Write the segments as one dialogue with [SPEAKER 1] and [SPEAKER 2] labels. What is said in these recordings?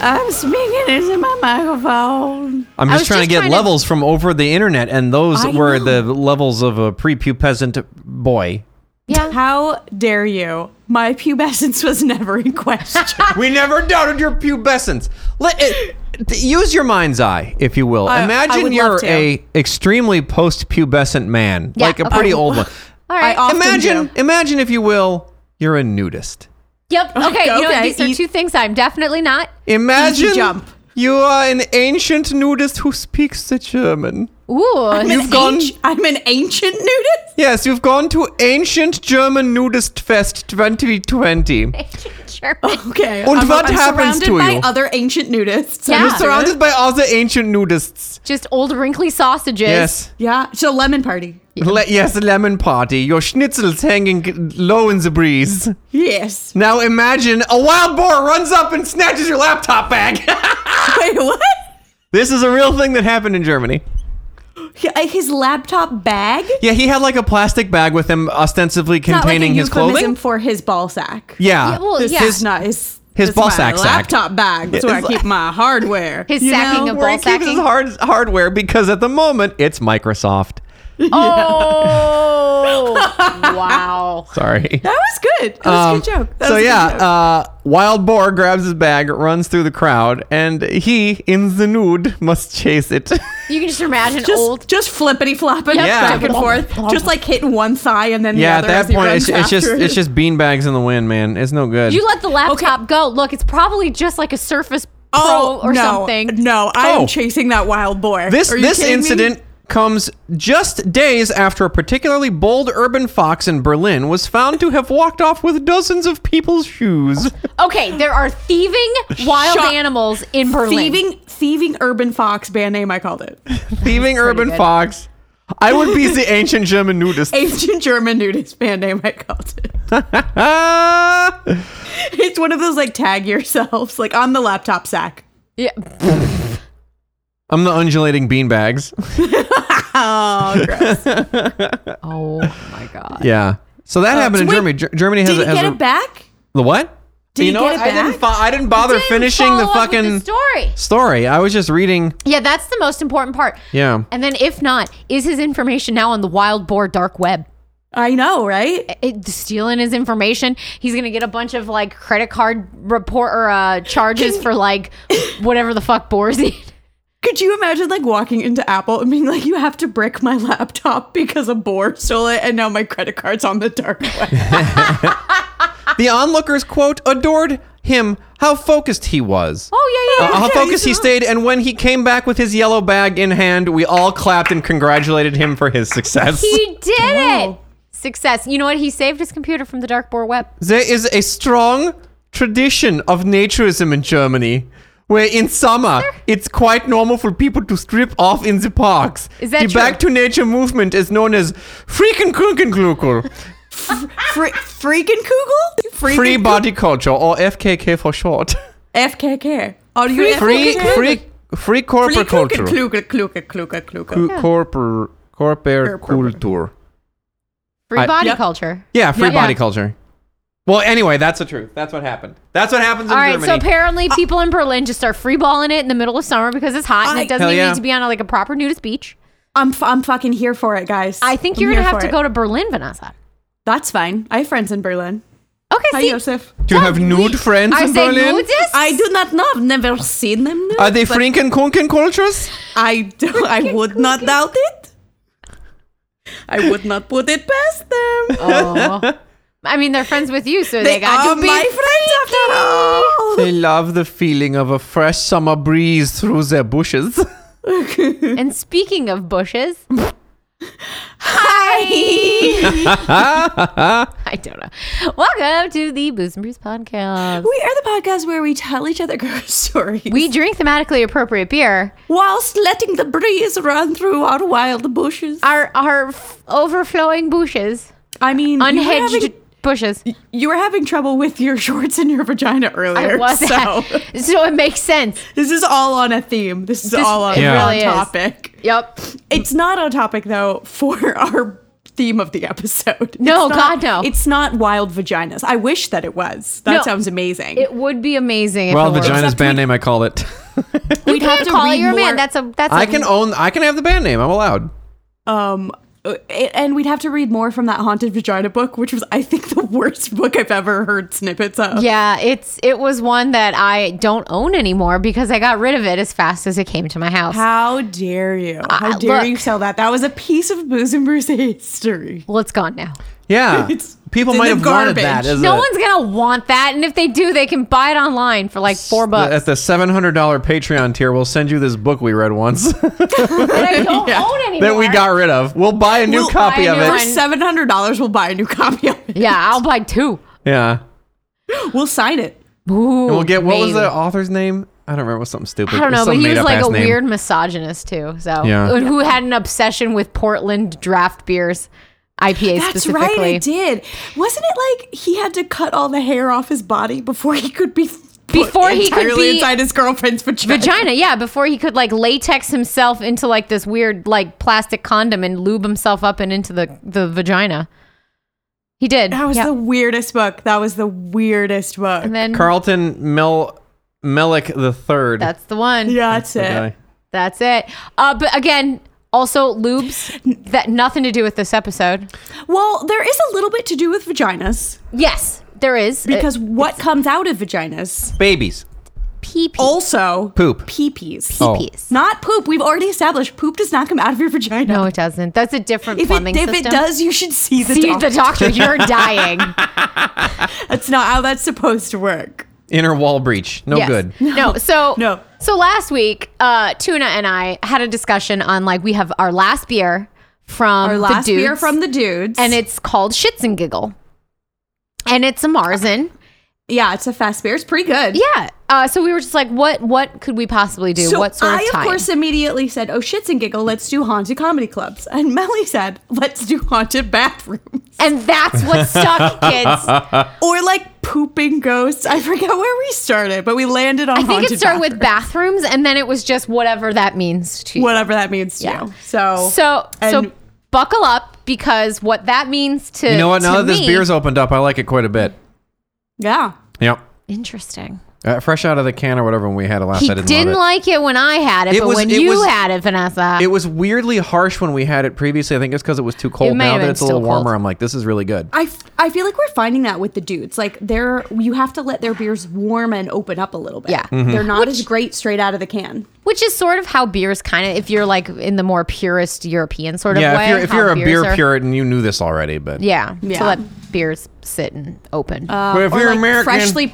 [SPEAKER 1] I'm speaking into my microphone.
[SPEAKER 2] I'm
[SPEAKER 1] I
[SPEAKER 2] just
[SPEAKER 1] was
[SPEAKER 2] trying to get
[SPEAKER 1] trying
[SPEAKER 2] levels from over the internet, and those
[SPEAKER 1] I
[SPEAKER 2] were
[SPEAKER 1] know.
[SPEAKER 2] the levels of a prepubescent boy.
[SPEAKER 3] Yeah.
[SPEAKER 1] How dare you? My pubescence was never in question.
[SPEAKER 2] We never doubted your pubescence. Let it, t- use your mind's eye, if you will.
[SPEAKER 1] I- I
[SPEAKER 2] Imagine
[SPEAKER 1] would
[SPEAKER 2] you're
[SPEAKER 1] love to.
[SPEAKER 2] a extremely post-pubescent man,
[SPEAKER 3] Yeah,
[SPEAKER 2] like a
[SPEAKER 3] okay.
[SPEAKER 2] pretty old one.
[SPEAKER 3] All
[SPEAKER 1] I
[SPEAKER 3] right.
[SPEAKER 1] often
[SPEAKER 2] Imagine,
[SPEAKER 1] do.
[SPEAKER 2] imagine if you will, you're a nudist.
[SPEAKER 3] yep. Okay. You
[SPEAKER 1] okay,
[SPEAKER 3] know, what? these are
[SPEAKER 1] eat-
[SPEAKER 3] two things I'm definitely not.
[SPEAKER 2] Imagine
[SPEAKER 1] jump.
[SPEAKER 2] you are an ancient nudist who speaks the German.
[SPEAKER 3] Ooh.
[SPEAKER 2] You've
[SPEAKER 1] An
[SPEAKER 2] gone-
[SPEAKER 1] anci- I'm an ancient nudist.
[SPEAKER 2] Yes, you've gone to Ancient German Nudist Fest 2020.
[SPEAKER 3] German.
[SPEAKER 1] Okay.
[SPEAKER 2] Und what happens
[SPEAKER 1] surrounded
[SPEAKER 2] to
[SPEAKER 1] by
[SPEAKER 2] you?
[SPEAKER 1] other ancient nudists.
[SPEAKER 3] Yeah.
[SPEAKER 1] I'm
[SPEAKER 2] You're surrounded by other ancient nudists.
[SPEAKER 3] Just old wrinkly sausages.
[SPEAKER 2] Yes.
[SPEAKER 1] Yeah. It's a lemon party.
[SPEAKER 2] Le- yes, lemon party. Your schnitzel's hanging low in the breeze.
[SPEAKER 1] Yes.
[SPEAKER 2] Now imagine a wild boar runs up and snatches your laptop bag.
[SPEAKER 1] Wait, what?
[SPEAKER 2] this is a real thing that happened in Germany.
[SPEAKER 1] He- uh, His laptop bag?
[SPEAKER 2] Yeah, he had like a plastic bag with him ostensibly
[SPEAKER 1] It's not like a
[SPEAKER 2] containing his
[SPEAKER 1] euphemism
[SPEAKER 2] clothing.
[SPEAKER 1] for his ball sack.
[SPEAKER 2] Yeah.
[SPEAKER 3] Yeah, well,
[SPEAKER 1] This
[SPEAKER 3] yeah.
[SPEAKER 1] is not his.
[SPEAKER 2] His
[SPEAKER 1] this is
[SPEAKER 2] ball
[SPEAKER 1] my
[SPEAKER 2] sack sack.
[SPEAKER 1] Laptop bag. That's where I
[SPEAKER 2] His-
[SPEAKER 1] keep my hardware.
[SPEAKER 3] His
[SPEAKER 1] You
[SPEAKER 3] sacking
[SPEAKER 1] know?
[SPEAKER 3] of
[SPEAKER 2] Where he
[SPEAKER 3] ball
[SPEAKER 2] keeps his
[SPEAKER 3] sacking.
[SPEAKER 2] hard- hardware because at the moment it's Microsoft.
[SPEAKER 3] Oh. wow.
[SPEAKER 2] Sorry.
[SPEAKER 1] That was good. That was
[SPEAKER 2] Um,
[SPEAKER 1] a good joke. That
[SPEAKER 2] so
[SPEAKER 1] was a good
[SPEAKER 2] yeah,
[SPEAKER 1] joke.
[SPEAKER 2] uh, wild boar grabs his bag, runs through the crowd, and he, in the nude, must chase it.
[SPEAKER 3] You can just imagine
[SPEAKER 1] just,
[SPEAKER 3] old.
[SPEAKER 1] just flippity flopping
[SPEAKER 2] Yeah.
[SPEAKER 1] back and forth, just like hitting one thigh and then
[SPEAKER 2] yeah, at
[SPEAKER 1] the other. as
[SPEAKER 2] that
[SPEAKER 1] he
[SPEAKER 2] point, it's,
[SPEAKER 1] runs
[SPEAKER 2] it's just
[SPEAKER 1] after
[SPEAKER 2] it's
[SPEAKER 1] it.
[SPEAKER 2] just beanbags in the wind, man. It's no good.
[SPEAKER 3] You let the laptop go. Look, it's probably just like a Surface
[SPEAKER 1] oh
[SPEAKER 3] Pro or
[SPEAKER 1] no,
[SPEAKER 3] something.
[SPEAKER 1] No, I am
[SPEAKER 2] Oh.
[SPEAKER 1] chasing that wild boar.
[SPEAKER 2] this
[SPEAKER 1] Are you
[SPEAKER 2] this
[SPEAKER 1] kidding me?
[SPEAKER 2] incident comes just days after a particularly bold urban fox in Berlin was found to have walked off with dozens of people's shoes.
[SPEAKER 3] Okay, there are thieving wild
[SPEAKER 1] Shut-
[SPEAKER 3] animals in Berlin.
[SPEAKER 1] thieving thieving urban fox band name I called it
[SPEAKER 2] Thieving urban
[SPEAKER 3] good.
[SPEAKER 2] fox. I would be the ancient German nudist.
[SPEAKER 1] ancient German nudist band name I called it.
[SPEAKER 2] Ah!
[SPEAKER 1] It's one of those like tag yourselves like on the laptop sack.
[SPEAKER 3] Yeah.
[SPEAKER 2] I'm the undulating beanbags.
[SPEAKER 1] Oh, gross.
[SPEAKER 3] Oh my god.
[SPEAKER 2] Yeah. So that happened in
[SPEAKER 1] wait,
[SPEAKER 2] Germany. Ger- Germany has,
[SPEAKER 1] Did he
[SPEAKER 2] a, has
[SPEAKER 1] get
[SPEAKER 2] a-
[SPEAKER 1] it back?
[SPEAKER 2] the what?
[SPEAKER 1] Did
[SPEAKER 2] you
[SPEAKER 1] he
[SPEAKER 2] know
[SPEAKER 1] get
[SPEAKER 2] what?
[SPEAKER 1] it
[SPEAKER 2] I didn't.
[SPEAKER 1] back?
[SPEAKER 2] Fo- I didn't bother
[SPEAKER 3] Didn't
[SPEAKER 2] finishing the
[SPEAKER 3] follow up with
[SPEAKER 2] fucking
[SPEAKER 3] the story.
[SPEAKER 2] story. I was just reading.
[SPEAKER 3] Yeah, that's the most important part.
[SPEAKER 2] Yeah.
[SPEAKER 3] And then, if not, is his information now on the wild boar dark web?
[SPEAKER 1] I know, right?
[SPEAKER 3] It, stealing his information, he's gonna get a bunch of like credit card report or uh, charges for like whatever the fuck boars eat.
[SPEAKER 1] Could you imagine like walking into Apple and being like, "You have to brick my laptop because a boar stole it, and now my credit card's on the dark web."
[SPEAKER 2] The onlookers quote adored him. How focused he was.
[SPEAKER 3] Oh yeah,
[SPEAKER 2] Uh,
[SPEAKER 3] yeah.
[SPEAKER 2] how
[SPEAKER 1] yeah,
[SPEAKER 2] focused he
[SPEAKER 1] he's-
[SPEAKER 2] stayed, and when he came back with his yellow bag in hand, we all clapped and congratulated him for his success.
[SPEAKER 3] He did it.
[SPEAKER 1] Wow.
[SPEAKER 3] Success. You know what? He saved his computer from the dark boar web.
[SPEAKER 2] There is a strong tradition of naturism in Germany, where in summer it's quite normal for people to strip off in the parks.
[SPEAKER 3] Is that
[SPEAKER 2] the
[SPEAKER 3] true?
[SPEAKER 2] Back to Nature movement is known as Freakenkünkenklukel,
[SPEAKER 1] Fre- freaking Kugel? Freaking
[SPEAKER 2] free body culture, or FKK for short.
[SPEAKER 1] FKK. Are you
[SPEAKER 2] Free,
[SPEAKER 1] FKK?
[SPEAKER 2] free, free
[SPEAKER 1] Free
[SPEAKER 2] corporate
[SPEAKER 1] Kugel,
[SPEAKER 2] culture.
[SPEAKER 1] Kugel, Kugel, Kugel, Kugel.
[SPEAKER 2] Corporate corporate
[SPEAKER 1] Corporate.
[SPEAKER 2] culture.
[SPEAKER 3] Free
[SPEAKER 2] I-
[SPEAKER 3] body
[SPEAKER 1] Yep.
[SPEAKER 3] culture.
[SPEAKER 2] Yeah, free
[SPEAKER 1] Yeah.
[SPEAKER 2] body
[SPEAKER 1] Yeah.
[SPEAKER 2] culture. Well, anyway, that's the truth. That's what happened. That's what happens in
[SPEAKER 3] All right,
[SPEAKER 2] Germany.
[SPEAKER 3] so
[SPEAKER 1] Uh,
[SPEAKER 3] apparently people in Berlin just start freeballing it in the middle of summer because it's hot and
[SPEAKER 1] I-
[SPEAKER 3] it doesn't
[SPEAKER 2] Hell
[SPEAKER 3] even
[SPEAKER 2] yeah.
[SPEAKER 3] need to be on a, like a proper nudist beach.
[SPEAKER 1] I'm, f- I'm fucking here for it, guys.
[SPEAKER 3] I think
[SPEAKER 1] I'm
[SPEAKER 3] you're gonna
[SPEAKER 1] here
[SPEAKER 3] have
[SPEAKER 1] for
[SPEAKER 3] to
[SPEAKER 1] it.
[SPEAKER 3] go to Berlin, Vanessa.
[SPEAKER 1] That's fine. I have friends in Berlin.
[SPEAKER 3] Okay,
[SPEAKER 1] Hi,
[SPEAKER 3] see,
[SPEAKER 1] Joseph.
[SPEAKER 2] Do you have nude friends
[SPEAKER 3] are
[SPEAKER 2] in
[SPEAKER 3] they
[SPEAKER 2] Berlin?
[SPEAKER 3] nudists?
[SPEAKER 1] I do not know. I've never seen them. nude,
[SPEAKER 2] Are they
[SPEAKER 1] but
[SPEAKER 2] Freakenkünken cultures?
[SPEAKER 1] I do. I would not doubt it. I would not put it past them.
[SPEAKER 3] Oh. I mean, they're friends with you, so they,
[SPEAKER 1] they
[SPEAKER 3] got
[SPEAKER 1] are
[SPEAKER 3] to be.
[SPEAKER 1] my friends after all.
[SPEAKER 2] They love the feeling of a fresh summer breeze through their bushes.
[SPEAKER 3] and speaking of bushes,
[SPEAKER 1] Hi.
[SPEAKER 3] I don't know. Welcome to the Booze and Brews podcast.
[SPEAKER 1] We are the podcast where we tell each other ghost stories
[SPEAKER 3] We drink thematically appropriate beer.
[SPEAKER 1] whilst letting the breeze run through our wild bushes.
[SPEAKER 3] Our our f- overflowing bushes,
[SPEAKER 1] I mean, you were
[SPEAKER 3] unhinged
[SPEAKER 1] having-
[SPEAKER 3] bushes.
[SPEAKER 1] You were having trouble with your shorts and your vagina earlier.
[SPEAKER 3] I was
[SPEAKER 1] er, so
[SPEAKER 3] so it makes sense.
[SPEAKER 1] this is all on a theme. This is
[SPEAKER 3] This-
[SPEAKER 1] all on
[SPEAKER 3] it
[SPEAKER 1] a
[SPEAKER 3] really is.
[SPEAKER 1] topic.
[SPEAKER 3] Yep.
[SPEAKER 1] It's not on topic though for our theme of the episode.
[SPEAKER 3] No,
[SPEAKER 1] It's not-
[SPEAKER 3] God, no.
[SPEAKER 1] It's not wild vaginas. I wish that it was. That
[SPEAKER 3] No.
[SPEAKER 1] sounds amazing.
[SPEAKER 3] It would be amazing. If
[SPEAKER 2] Well,
[SPEAKER 3] it were.
[SPEAKER 2] vagina's band name. I call it.
[SPEAKER 3] We'd have to call
[SPEAKER 1] read
[SPEAKER 3] your man.
[SPEAKER 1] more-
[SPEAKER 3] That's a that's.
[SPEAKER 2] I
[SPEAKER 3] a-
[SPEAKER 2] can own. I can have the band name. I'm allowed.
[SPEAKER 1] um uh, and we'd have to read more from that haunted vagina book, which was I think the worst book I've ever heard snippets of.
[SPEAKER 3] Yeah, it's it was one that I don't own anymore because I got rid of it as fast as it came to my house.
[SPEAKER 1] How dare you? How
[SPEAKER 3] Ah,
[SPEAKER 1] dare
[SPEAKER 3] look.
[SPEAKER 1] you sell that? That was a piece of Booze and Bruce history.
[SPEAKER 3] well, it's gone now.
[SPEAKER 2] Yeah,
[SPEAKER 1] It's-
[SPEAKER 2] people
[SPEAKER 1] it's in
[SPEAKER 2] might
[SPEAKER 1] the
[SPEAKER 2] have wanted
[SPEAKER 1] garbage.
[SPEAKER 2] that. As
[SPEAKER 3] No
[SPEAKER 2] a-
[SPEAKER 3] one's gonna want that, and if they do, they can buy it online for like four bucks.
[SPEAKER 2] At the seven hundred dollar Patreon tier, we'll send you this book we read once
[SPEAKER 3] But I don't own anymore.
[SPEAKER 2] that we got rid of. We'll buy a new
[SPEAKER 1] We'll
[SPEAKER 2] copy
[SPEAKER 3] buy a
[SPEAKER 2] of
[SPEAKER 3] new
[SPEAKER 2] it.
[SPEAKER 1] For
[SPEAKER 3] one.
[SPEAKER 1] seven hundred dollars, we'll buy a new copy of it.
[SPEAKER 3] Yeah, I'll buy two.
[SPEAKER 2] Yeah,
[SPEAKER 1] We'll sign it.
[SPEAKER 3] Ooh,
[SPEAKER 2] and we'll get what was
[SPEAKER 3] maybe.
[SPEAKER 2] the author's name? I don't remember. It was something stupid.
[SPEAKER 3] I don't
[SPEAKER 2] It
[SPEAKER 3] know, but
[SPEAKER 2] some
[SPEAKER 3] he was
[SPEAKER 2] made-up
[SPEAKER 3] like
[SPEAKER 2] ass
[SPEAKER 3] a
[SPEAKER 2] name.
[SPEAKER 3] weird misogynist too. So
[SPEAKER 2] Yeah.
[SPEAKER 3] And who had an obsession with Portland draft beers, IPA
[SPEAKER 1] That's
[SPEAKER 3] specifically.
[SPEAKER 1] right, I did. Wasn't it like he had to cut all the hair off his body before he could be
[SPEAKER 3] Before he could
[SPEAKER 1] entirely
[SPEAKER 3] be-
[SPEAKER 1] inside his girlfriend's vagina?
[SPEAKER 3] vagina yeah before he could like latex himself into like this weird like plastic condom and lube himself up and into the the vagina he did
[SPEAKER 1] That was
[SPEAKER 3] Yeah.
[SPEAKER 1] the weirdest book. That was the weirdest book.
[SPEAKER 3] and then
[SPEAKER 2] Carlton Mel Melick the third.
[SPEAKER 3] that's the one
[SPEAKER 1] yeah, that's
[SPEAKER 2] the
[SPEAKER 1] it.
[SPEAKER 2] guy.
[SPEAKER 3] that's it uh but again also lubes that nothing to do with this episode
[SPEAKER 1] Well, there is a little bit to do with vaginas
[SPEAKER 3] yes there is
[SPEAKER 1] because what comes out of vaginas
[SPEAKER 2] Babies
[SPEAKER 3] pee
[SPEAKER 1] also
[SPEAKER 2] Poop.
[SPEAKER 1] peepees,
[SPEAKER 2] Oh.
[SPEAKER 1] not poop. We've already established poop does not come out of your vagina.
[SPEAKER 3] no it doesn't that's a different
[SPEAKER 1] If it,
[SPEAKER 3] plumbing
[SPEAKER 1] if it
[SPEAKER 3] system
[SPEAKER 1] does, you should see the
[SPEAKER 3] see
[SPEAKER 1] doctor.
[SPEAKER 3] the doctor you're dying
[SPEAKER 1] That's not how that's supposed to work.
[SPEAKER 2] Oh, inner wall breach. No
[SPEAKER 3] Yes.
[SPEAKER 2] good.
[SPEAKER 3] No. So
[SPEAKER 1] No.
[SPEAKER 3] So last week, uh, Tuna and I had a discussion on like we have our last beer from
[SPEAKER 1] Our last
[SPEAKER 3] the dudes,
[SPEAKER 1] beer from the dudes,
[SPEAKER 3] and it's called Shits and Giggle, and it's a Marzen.
[SPEAKER 1] yeah, it's a fast beer. It's pretty good.
[SPEAKER 3] Yeah. Uh, so we were just like, what what could we possibly do?
[SPEAKER 1] So
[SPEAKER 3] what sort
[SPEAKER 1] I,
[SPEAKER 3] of time?
[SPEAKER 1] of course, immediately said, "Oh, shits and giggle. Let's do haunted comedy clubs." And Melly said, "Let's do haunted bathrooms
[SPEAKER 3] and that's what stuck, kids.
[SPEAKER 1] or like pooping ghosts." I forget where we started, but we landed on.
[SPEAKER 3] I think
[SPEAKER 1] haunted
[SPEAKER 3] it started with
[SPEAKER 1] bathrooms,
[SPEAKER 3] bathrooms, and then it was just whatever that means to you.
[SPEAKER 1] whatever that means to
[SPEAKER 3] Yeah.
[SPEAKER 1] you. So,
[SPEAKER 3] So so
[SPEAKER 1] and-
[SPEAKER 3] buckle up because what that means to
[SPEAKER 2] You know what? Now
[SPEAKER 3] to
[SPEAKER 2] that this
[SPEAKER 3] me-
[SPEAKER 2] beer's opened up, I like it quite a bit.
[SPEAKER 1] yeah,
[SPEAKER 2] Yep.
[SPEAKER 3] interesting.
[SPEAKER 2] Uh, fresh out of the can or whatever when we had it last.
[SPEAKER 3] He
[SPEAKER 2] I didn't,
[SPEAKER 3] didn't,
[SPEAKER 2] love it.
[SPEAKER 3] like it when I had it,
[SPEAKER 2] It
[SPEAKER 3] but
[SPEAKER 2] was-
[SPEAKER 3] when
[SPEAKER 2] it
[SPEAKER 3] you
[SPEAKER 2] was-
[SPEAKER 3] had it, Vanessa,
[SPEAKER 2] It was weirdly harsh when we had it previously. I think it's because it was too cold.
[SPEAKER 3] may
[SPEAKER 2] Now
[SPEAKER 3] have
[SPEAKER 2] that
[SPEAKER 3] been
[SPEAKER 2] it's a little
[SPEAKER 3] still cold.
[SPEAKER 2] warmer, I'm like, this is really good.
[SPEAKER 1] I, f- I feel like we're finding that with the dudes. Like they're you have to let their beers warm and open up a little bit.
[SPEAKER 3] Yeah.
[SPEAKER 2] Mm-hmm.
[SPEAKER 1] they're not as great straight out of the can.
[SPEAKER 3] which is sort of how beers kind of, if you're like in the more purist European sort of
[SPEAKER 2] yeah,
[SPEAKER 3] way,
[SPEAKER 2] if you're if
[SPEAKER 3] how
[SPEAKER 2] you're a
[SPEAKER 3] beers
[SPEAKER 2] beer
[SPEAKER 3] are-
[SPEAKER 2] puritan, you knew this already, but
[SPEAKER 3] yeah,
[SPEAKER 1] Yeah. Uh,
[SPEAKER 3] to let beers sit and open.
[SPEAKER 2] but if
[SPEAKER 1] or
[SPEAKER 2] you're
[SPEAKER 1] like
[SPEAKER 2] American,
[SPEAKER 1] freshly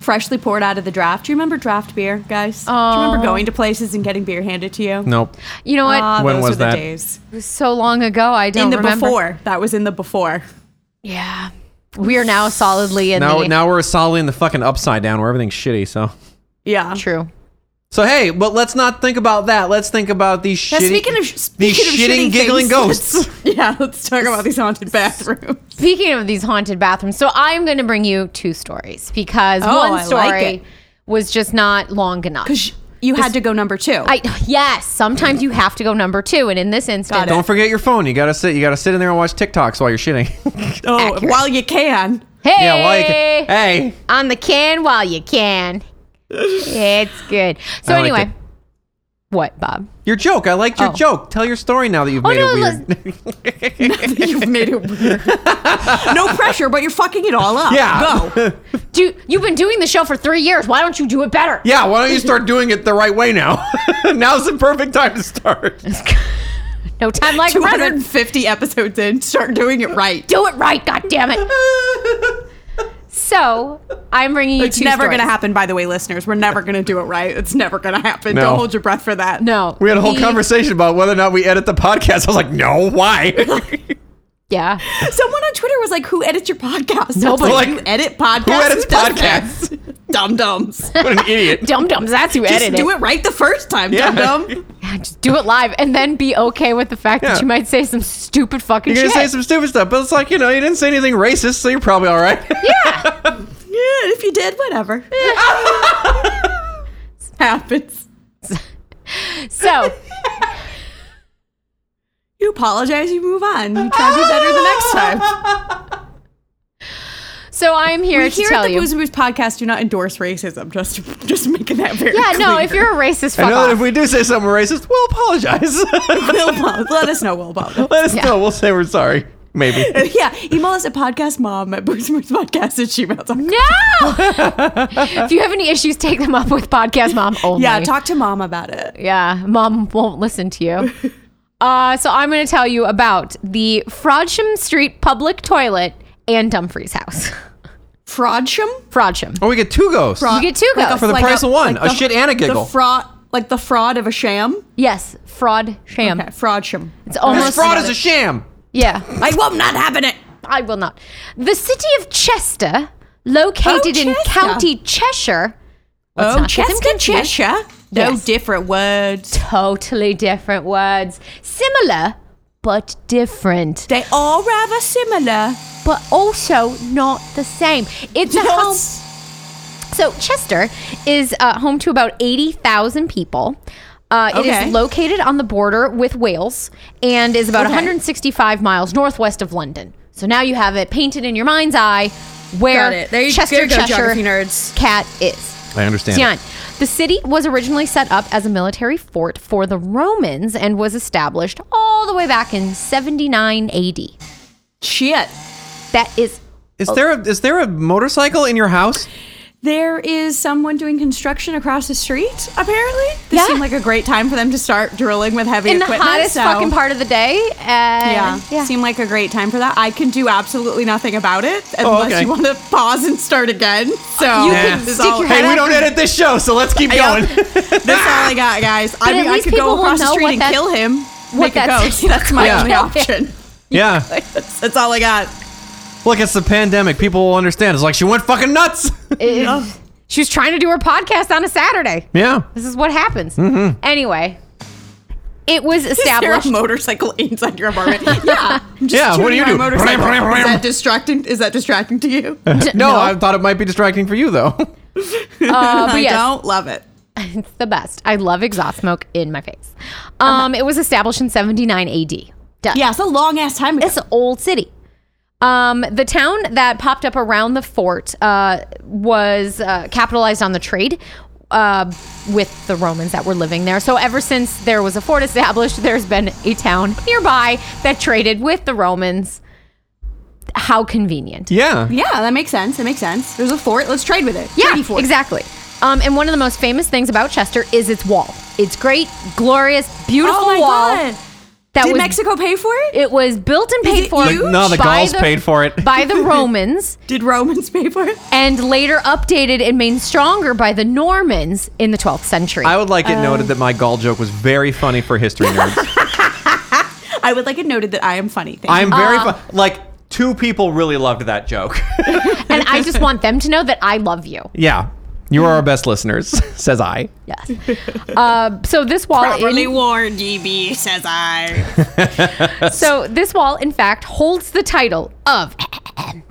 [SPEAKER 1] freshly poured out of the draft. Do you remember draft beer, guys? Do you remember going to places and getting beer handed to you?
[SPEAKER 2] nope.
[SPEAKER 3] you know what?
[SPEAKER 1] Ah,
[SPEAKER 2] When
[SPEAKER 1] those
[SPEAKER 2] was
[SPEAKER 1] were the
[SPEAKER 2] that?
[SPEAKER 1] days.
[SPEAKER 3] it was so long ago, I don't
[SPEAKER 1] in the
[SPEAKER 3] remember.
[SPEAKER 1] before. That was in the before.
[SPEAKER 3] Yeah, we are now solidly in
[SPEAKER 2] Now
[SPEAKER 3] the
[SPEAKER 2] now we're solidly in the fucking upside down where everything's shitty. So
[SPEAKER 1] Yeah.
[SPEAKER 3] true.
[SPEAKER 2] so hey, but let's not think about that. Let's think about these
[SPEAKER 1] Now,
[SPEAKER 2] shitty,
[SPEAKER 1] speaking of
[SPEAKER 2] these
[SPEAKER 1] speaking of
[SPEAKER 2] shitting
[SPEAKER 1] shitty
[SPEAKER 2] giggling
[SPEAKER 1] things,
[SPEAKER 2] ghosts.
[SPEAKER 1] yeah, let's talk about these haunted bathrooms.
[SPEAKER 3] Speaking of these haunted bathrooms, so I'm going to bring you two stories because
[SPEAKER 1] Oh,
[SPEAKER 3] one
[SPEAKER 1] I like
[SPEAKER 3] story
[SPEAKER 1] it.
[SPEAKER 3] was just not long enough.
[SPEAKER 1] You had to go number two.
[SPEAKER 3] I yes, sometimes you have to go number two, and in this instance,
[SPEAKER 1] it.
[SPEAKER 2] Don't forget your phone. You gotta sit. You gotta sit in there and watch TikToks while you're shitting.
[SPEAKER 1] oh,
[SPEAKER 3] accurate.
[SPEAKER 1] while you can.
[SPEAKER 3] hey,
[SPEAKER 2] yeah, while you can, hey.
[SPEAKER 3] on the can while you can. it's good. So
[SPEAKER 2] I liked
[SPEAKER 3] anyway,
[SPEAKER 2] it.
[SPEAKER 3] what, Bob?
[SPEAKER 2] Your joke. I liked your
[SPEAKER 3] Oh.
[SPEAKER 2] joke. Tell your story now that you've
[SPEAKER 3] Oh,
[SPEAKER 2] made
[SPEAKER 3] no,
[SPEAKER 2] it weird.
[SPEAKER 1] You've made it weird. no pressure, but you're fucking it all up.
[SPEAKER 2] Yeah.
[SPEAKER 1] Go.
[SPEAKER 3] Do you've been doing the show for three years? Why don't you do it better?
[SPEAKER 2] Yeah, why don't you start doing it the right way now? Now's the perfect time to start.
[SPEAKER 3] No time like the present.
[SPEAKER 1] 250 episodes in, start doing it right.
[SPEAKER 3] Do it right, God damn it. So I'm bringing you
[SPEAKER 1] It's
[SPEAKER 3] two
[SPEAKER 1] never
[SPEAKER 3] stories.
[SPEAKER 1] going to happen, by the way, listeners. We're never going to do it right. It's never going to happen.
[SPEAKER 2] No.
[SPEAKER 1] Don't hold your breath for that.
[SPEAKER 3] No,
[SPEAKER 2] We had a whole
[SPEAKER 3] The-
[SPEAKER 2] conversation about whether or not we edit the podcast. I was like, no, why?
[SPEAKER 3] Yeah.
[SPEAKER 1] Someone on Twitter was like, "Who edits your podcast?" I was
[SPEAKER 3] Nobody.
[SPEAKER 1] like,
[SPEAKER 2] Like,
[SPEAKER 1] "You edit podcasts.
[SPEAKER 2] edits
[SPEAKER 1] does that?" Dum dums.
[SPEAKER 2] What an idiot.
[SPEAKER 3] Dum dums, that's who
[SPEAKER 1] Just
[SPEAKER 3] edited.
[SPEAKER 1] do it right the first time,
[SPEAKER 2] Yeah.
[SPEAKER 1] dum dum.
[SPEAKER 3] Yeah, just do it live and then be okay with the fact
[SPEAKER 2] Yeah.
[SPEAKER 3] that you might say some stupid fucking
[SPEAKER 2] You're gonna
[SPEAKER 3] shit.
[SPEAKER 2] say some stupid stuff, but it's like you know you didn't say anything racist, so you're probably all right.
[SPEAKER 1] Yeah, if you did, whatever. Happens.
[SPEAKER 3] so,
[SPEAKER 1] You apologize, you move on. You try to be better the next time.
[SPEAKER 3] so I'm here
[SPEAKER 1] We
[SPEAKER 3] to
[SPEAKER 1] here at
[SPEAKER 3] tell
[SPEAKER 1] the
[SPEAKER 3] you.
[SPEAKER 1] Booze and Booze podcast do not endorse racism. Just, just making that very
[SPEAKER 3] yeah, no, if
[SPEAKER 1] clear.
[SPEAKER 3] you're a racist,
[SPEAKER 2] I
[SPEAKER 3] fuck
[SPEAKER 2] know that
[SPEAKER 3] off.
[SPEAKER 2] if we do say something racist, we'll apologize.
[SPEAKER 1] Will Bond. Let us know, Will Bond.
[SPEAKER 2] Let us
[SPEAKER 3] Yeah.
[SPEAKER 2] know. We'll say we're sorry. Maybe.
[SPEAKER 1] Yeah, email us at podcastmom at podcast at gmail.com.
[SPEAKER 3] no! if you have any issues, take them up with Podcast Mom only.
[SPEAKER 1] Yeah, talk to mom about it.
[SPEAKER 3] Yeah, mom won't listen to you. Uh, so I'm going to tell you about the Frodsham Street public toilet and Dumfries House.
[SPEAKER 1] Fraudsham?
[SPEAKER 3] Frodsham.
[SPEAKER 2] Or we get two ghosts.
[SPEAKER 3] You get two
[SPEAKER 1] Like a-
[SPEAKER 3] ghosts.
[SPEAKER 2] For the
[SPEAKER 1] like
[SPEAKER 2] price of one,
[SPEAKER 1] like
[SPEAKER 2] a shit and a giggle.
[SPEAKER 1] The fraud, like the fraud of a sham.
[SPEAKER 3] yes, fraud sham.
[SPEAKER 1] Okay, fraudsham.
[SPEAKER 3] It's almost
[SPEAKER 2] this fraud is
[SPEAKER 3] another-
[SPEAKER 2] a sham.
[SPEAKER 3] yeah.
[SPEAKER 1] I will not happen it.
[SPEAKER 3] I will not. The city of Chester, located
[SPEAKER 1] Oh,
[SPEAKER 3] in
[SPEAKER 1] Chester.
[SPEAKER 3] County Cheshire. Let's
[SPEAKER 1] oh,
[SPEAKER 3] not get them
[SPEAKER 1] Chester,
[SPEAKER 3] confused.
[SPEAKER 1] Cheshire. No
[SPEAKER 3] Yes.
[SPEAKER 1] different words.
[SPEAKER 3] Totally different words. Similar, but different.
[SPEAKER 1] They are rather similar.
[SPEAKER 3] But also not the same. It's a home. So Chester is uh, home to about eighty thousand people. Uh, It
[SPEAKER 1] Okay.
[SPEAKER 3] is located on the border with Wales and is about
[SPEAKER 1] Okay.
[SPEAKER 3] 165 miles northwest of London. So now you have it painted in your mind's eye where
[SPEAKER 1] Got it. There you-
[SPEAKER 3] Chester
[SPEAKER 1] there you go,
[SPEAKER 3] Cheshire
[SPEAKER 1] geography nerds.
[SPEAKER 3] Cat is.
[SPEAKER 2] I understand.
[SPEAKER 3] Sion. The city was originally set up as a military fort for the Romans and was established all the way back in 79 AD.
[SPEAKER 1] Shit.
[SPEAKER 3] That is
[SPEAKER 2] Is there a, is there a motorcycle in your house?
[SPEAKER 1] There is someone doing construction across the street, apparently. This
[SPEAKER 3] Yeah.
[SPEAKER 1] seemed like a great time for them to start drilling with heavy
[SPEAKER 3] in the
[SPEAKER 1] equipment.
[SPEAKER 3] hottest
[SPEAKER 1] so-
[SPEAKER 3] fucking part of the day. And
[SPEAKER 1] Yeah,
[SPEAKER 3] yeah.
[SPEAKER 1] seemed like a great time for that. I can do absolutely nothing about it unless
[SPEAKER 2] Oh, okay.
[SPEAKER 1] you want to pause and start again. So
[SPEAKER 3] You
[SPEAKER 2] can
[SPEAKER 1] this is
[SPEAKER 3] stick
[SPEAKER 1] all-
[SPEAKER 3] your
[SPEAKER 2] Hey,
[SPEAKER 3] head
[SPEAKER 2] we
[SPEAKER 3] up.
[SPEAKER 2] don't edit this show, so let's keep
[SPEAKER 1] Yeah.
[SPEAKER 2] going.
[SPEAKER 1] That's all I got, guys. I
[SPEAKER 3] at
[SPEAKER 1] mean, I
[SPEAKER 3] least
[SPEAKER 1] could go
[SPEAKER 3] people will
[SPEAKER 1] across the
[SPEAKER 3] know
[SPEAKER 1] street
[SPEAKER 3] what
[SPEAKER 1] and
[SPEAKER 3] that-
[SPEAKER 1] kill him.
[SPEAKER 3] what
[SPEAKER 1] Make a
[SPEAKER 3] that's-
[SPEAKER 1] ghost. That's my
[SPEAKER 2] Yeah.
[SPEAKER 1] only option.
[SPEAKER 2] yeah.
[SPEAKER 1] That's all I got.
[SPEAKER 2] Look, it's the pandemic. People will understand. It's like she went fucking nuts.
[SPEAKER 3] It-
[SPEAKER 1] Yeah.
[SPEAKER 3] She was trying to do her podcast on a Saturday.
[SPEAKER 2] yeah.
[SPEAKER 3] This is what happens. Anyway, it was
[SPEAKER 1] Is there
[SPEAKER 3] established.
[SPEAKER 1] a motorcycle inside your apartment? yeah. I'm just
[SPEAKER 2] Yeah, what do
[SPEAKER 1] tuning
[SPEAKER 2] you
[SPEAKER 1] my
[SPEAKER 2] do?
[SPEAKER 1] motorcycle.
[SPEAKER 2] Blam, blam,
[SPEAKER 1] Is
[SPEAKER 2] blam.
[SPEAKER 1] that distracting? Is that distracting to you?
[SPEAKER 2] No, I thought it might be distracting for you though.
[SPEAKER 3] Uh, but
[SPEAKER 1] I
[SPEAKER 3] yes.
[SPEAKER 1] don't love it.
[SPEAKER 3] It's the best. I love exhaust smoke in my face. Um, it was established in 79 AD. Done.
[SPEAKER 1] Yeah, it's a long ass time ago.
[SPEAKER 3] It's an old city. Um, the town that popped up around the fort uh, was uh, capitalized on the trade uh, with the Romans that were living there. So ever since there was a fort established, there's been a town nearby that traded with the Romans. How convenient.
[SPEAKER 2] yeah.
[SPEAKER 1] yeah, that makes sense. That makes sense. There's a fort. Let's trade with it.
[SPEAKER 3] Yeah,
[SPEAKER 1] Treaty fort.
[SPEAKER 3] exactly. Um, and one of the most famous things about Chester is its wall. Its great, glorious, beautiful
[SPEAKER 1] Oh my
[SPEAKER 3] wall
[SPEAKER 1] god.
[SPEAKER 3] that
[SPEAKER 1] Did
[SPEAKER 3] was
[SPEAKER 1] Mexico pay for it?
[SPEAKER 3] It was built and
[SPEAKER 1] Is
[SPEAKER 3] paid
[SPEAKER 1] it
[SPEAKER 3] for.
[SPEAKER 1] huge? Like,
[SPEAKER 2] no, the
[SPEAKER 3] by
[SPEAKER 2] Gauls paid for it.
[SPEAKER 3] by the Romans,
[SPEAKER 1] Did Romans pay for it?
[SPEAKER 3] and later updated and made stronger by the Normans in the 12th century.
[SPEAKER 2] I would like it
[SPEAKER 3] Uh,
[SPEAKER 2] noted that my Gaul joke was very funny for history nerds.
[SPEAKER 1] I would like it noted that I am funny. Thank
[SPEAKER 2] I'm very fu- like two people really loved that joke.
[SPEAKER 3] and I just want them to know that I love you.
[SPEAKER 2] yeah. You are our best listeners, says I.
[SPEAKER 3] Yes. Uh, so this wall,
[SPEAKER 1] Properly
[SPEAKER 3] in-
[SPEAKER 1] warned, GB says I.
[SPEAKER 3] so this wall, in fact, holds the title of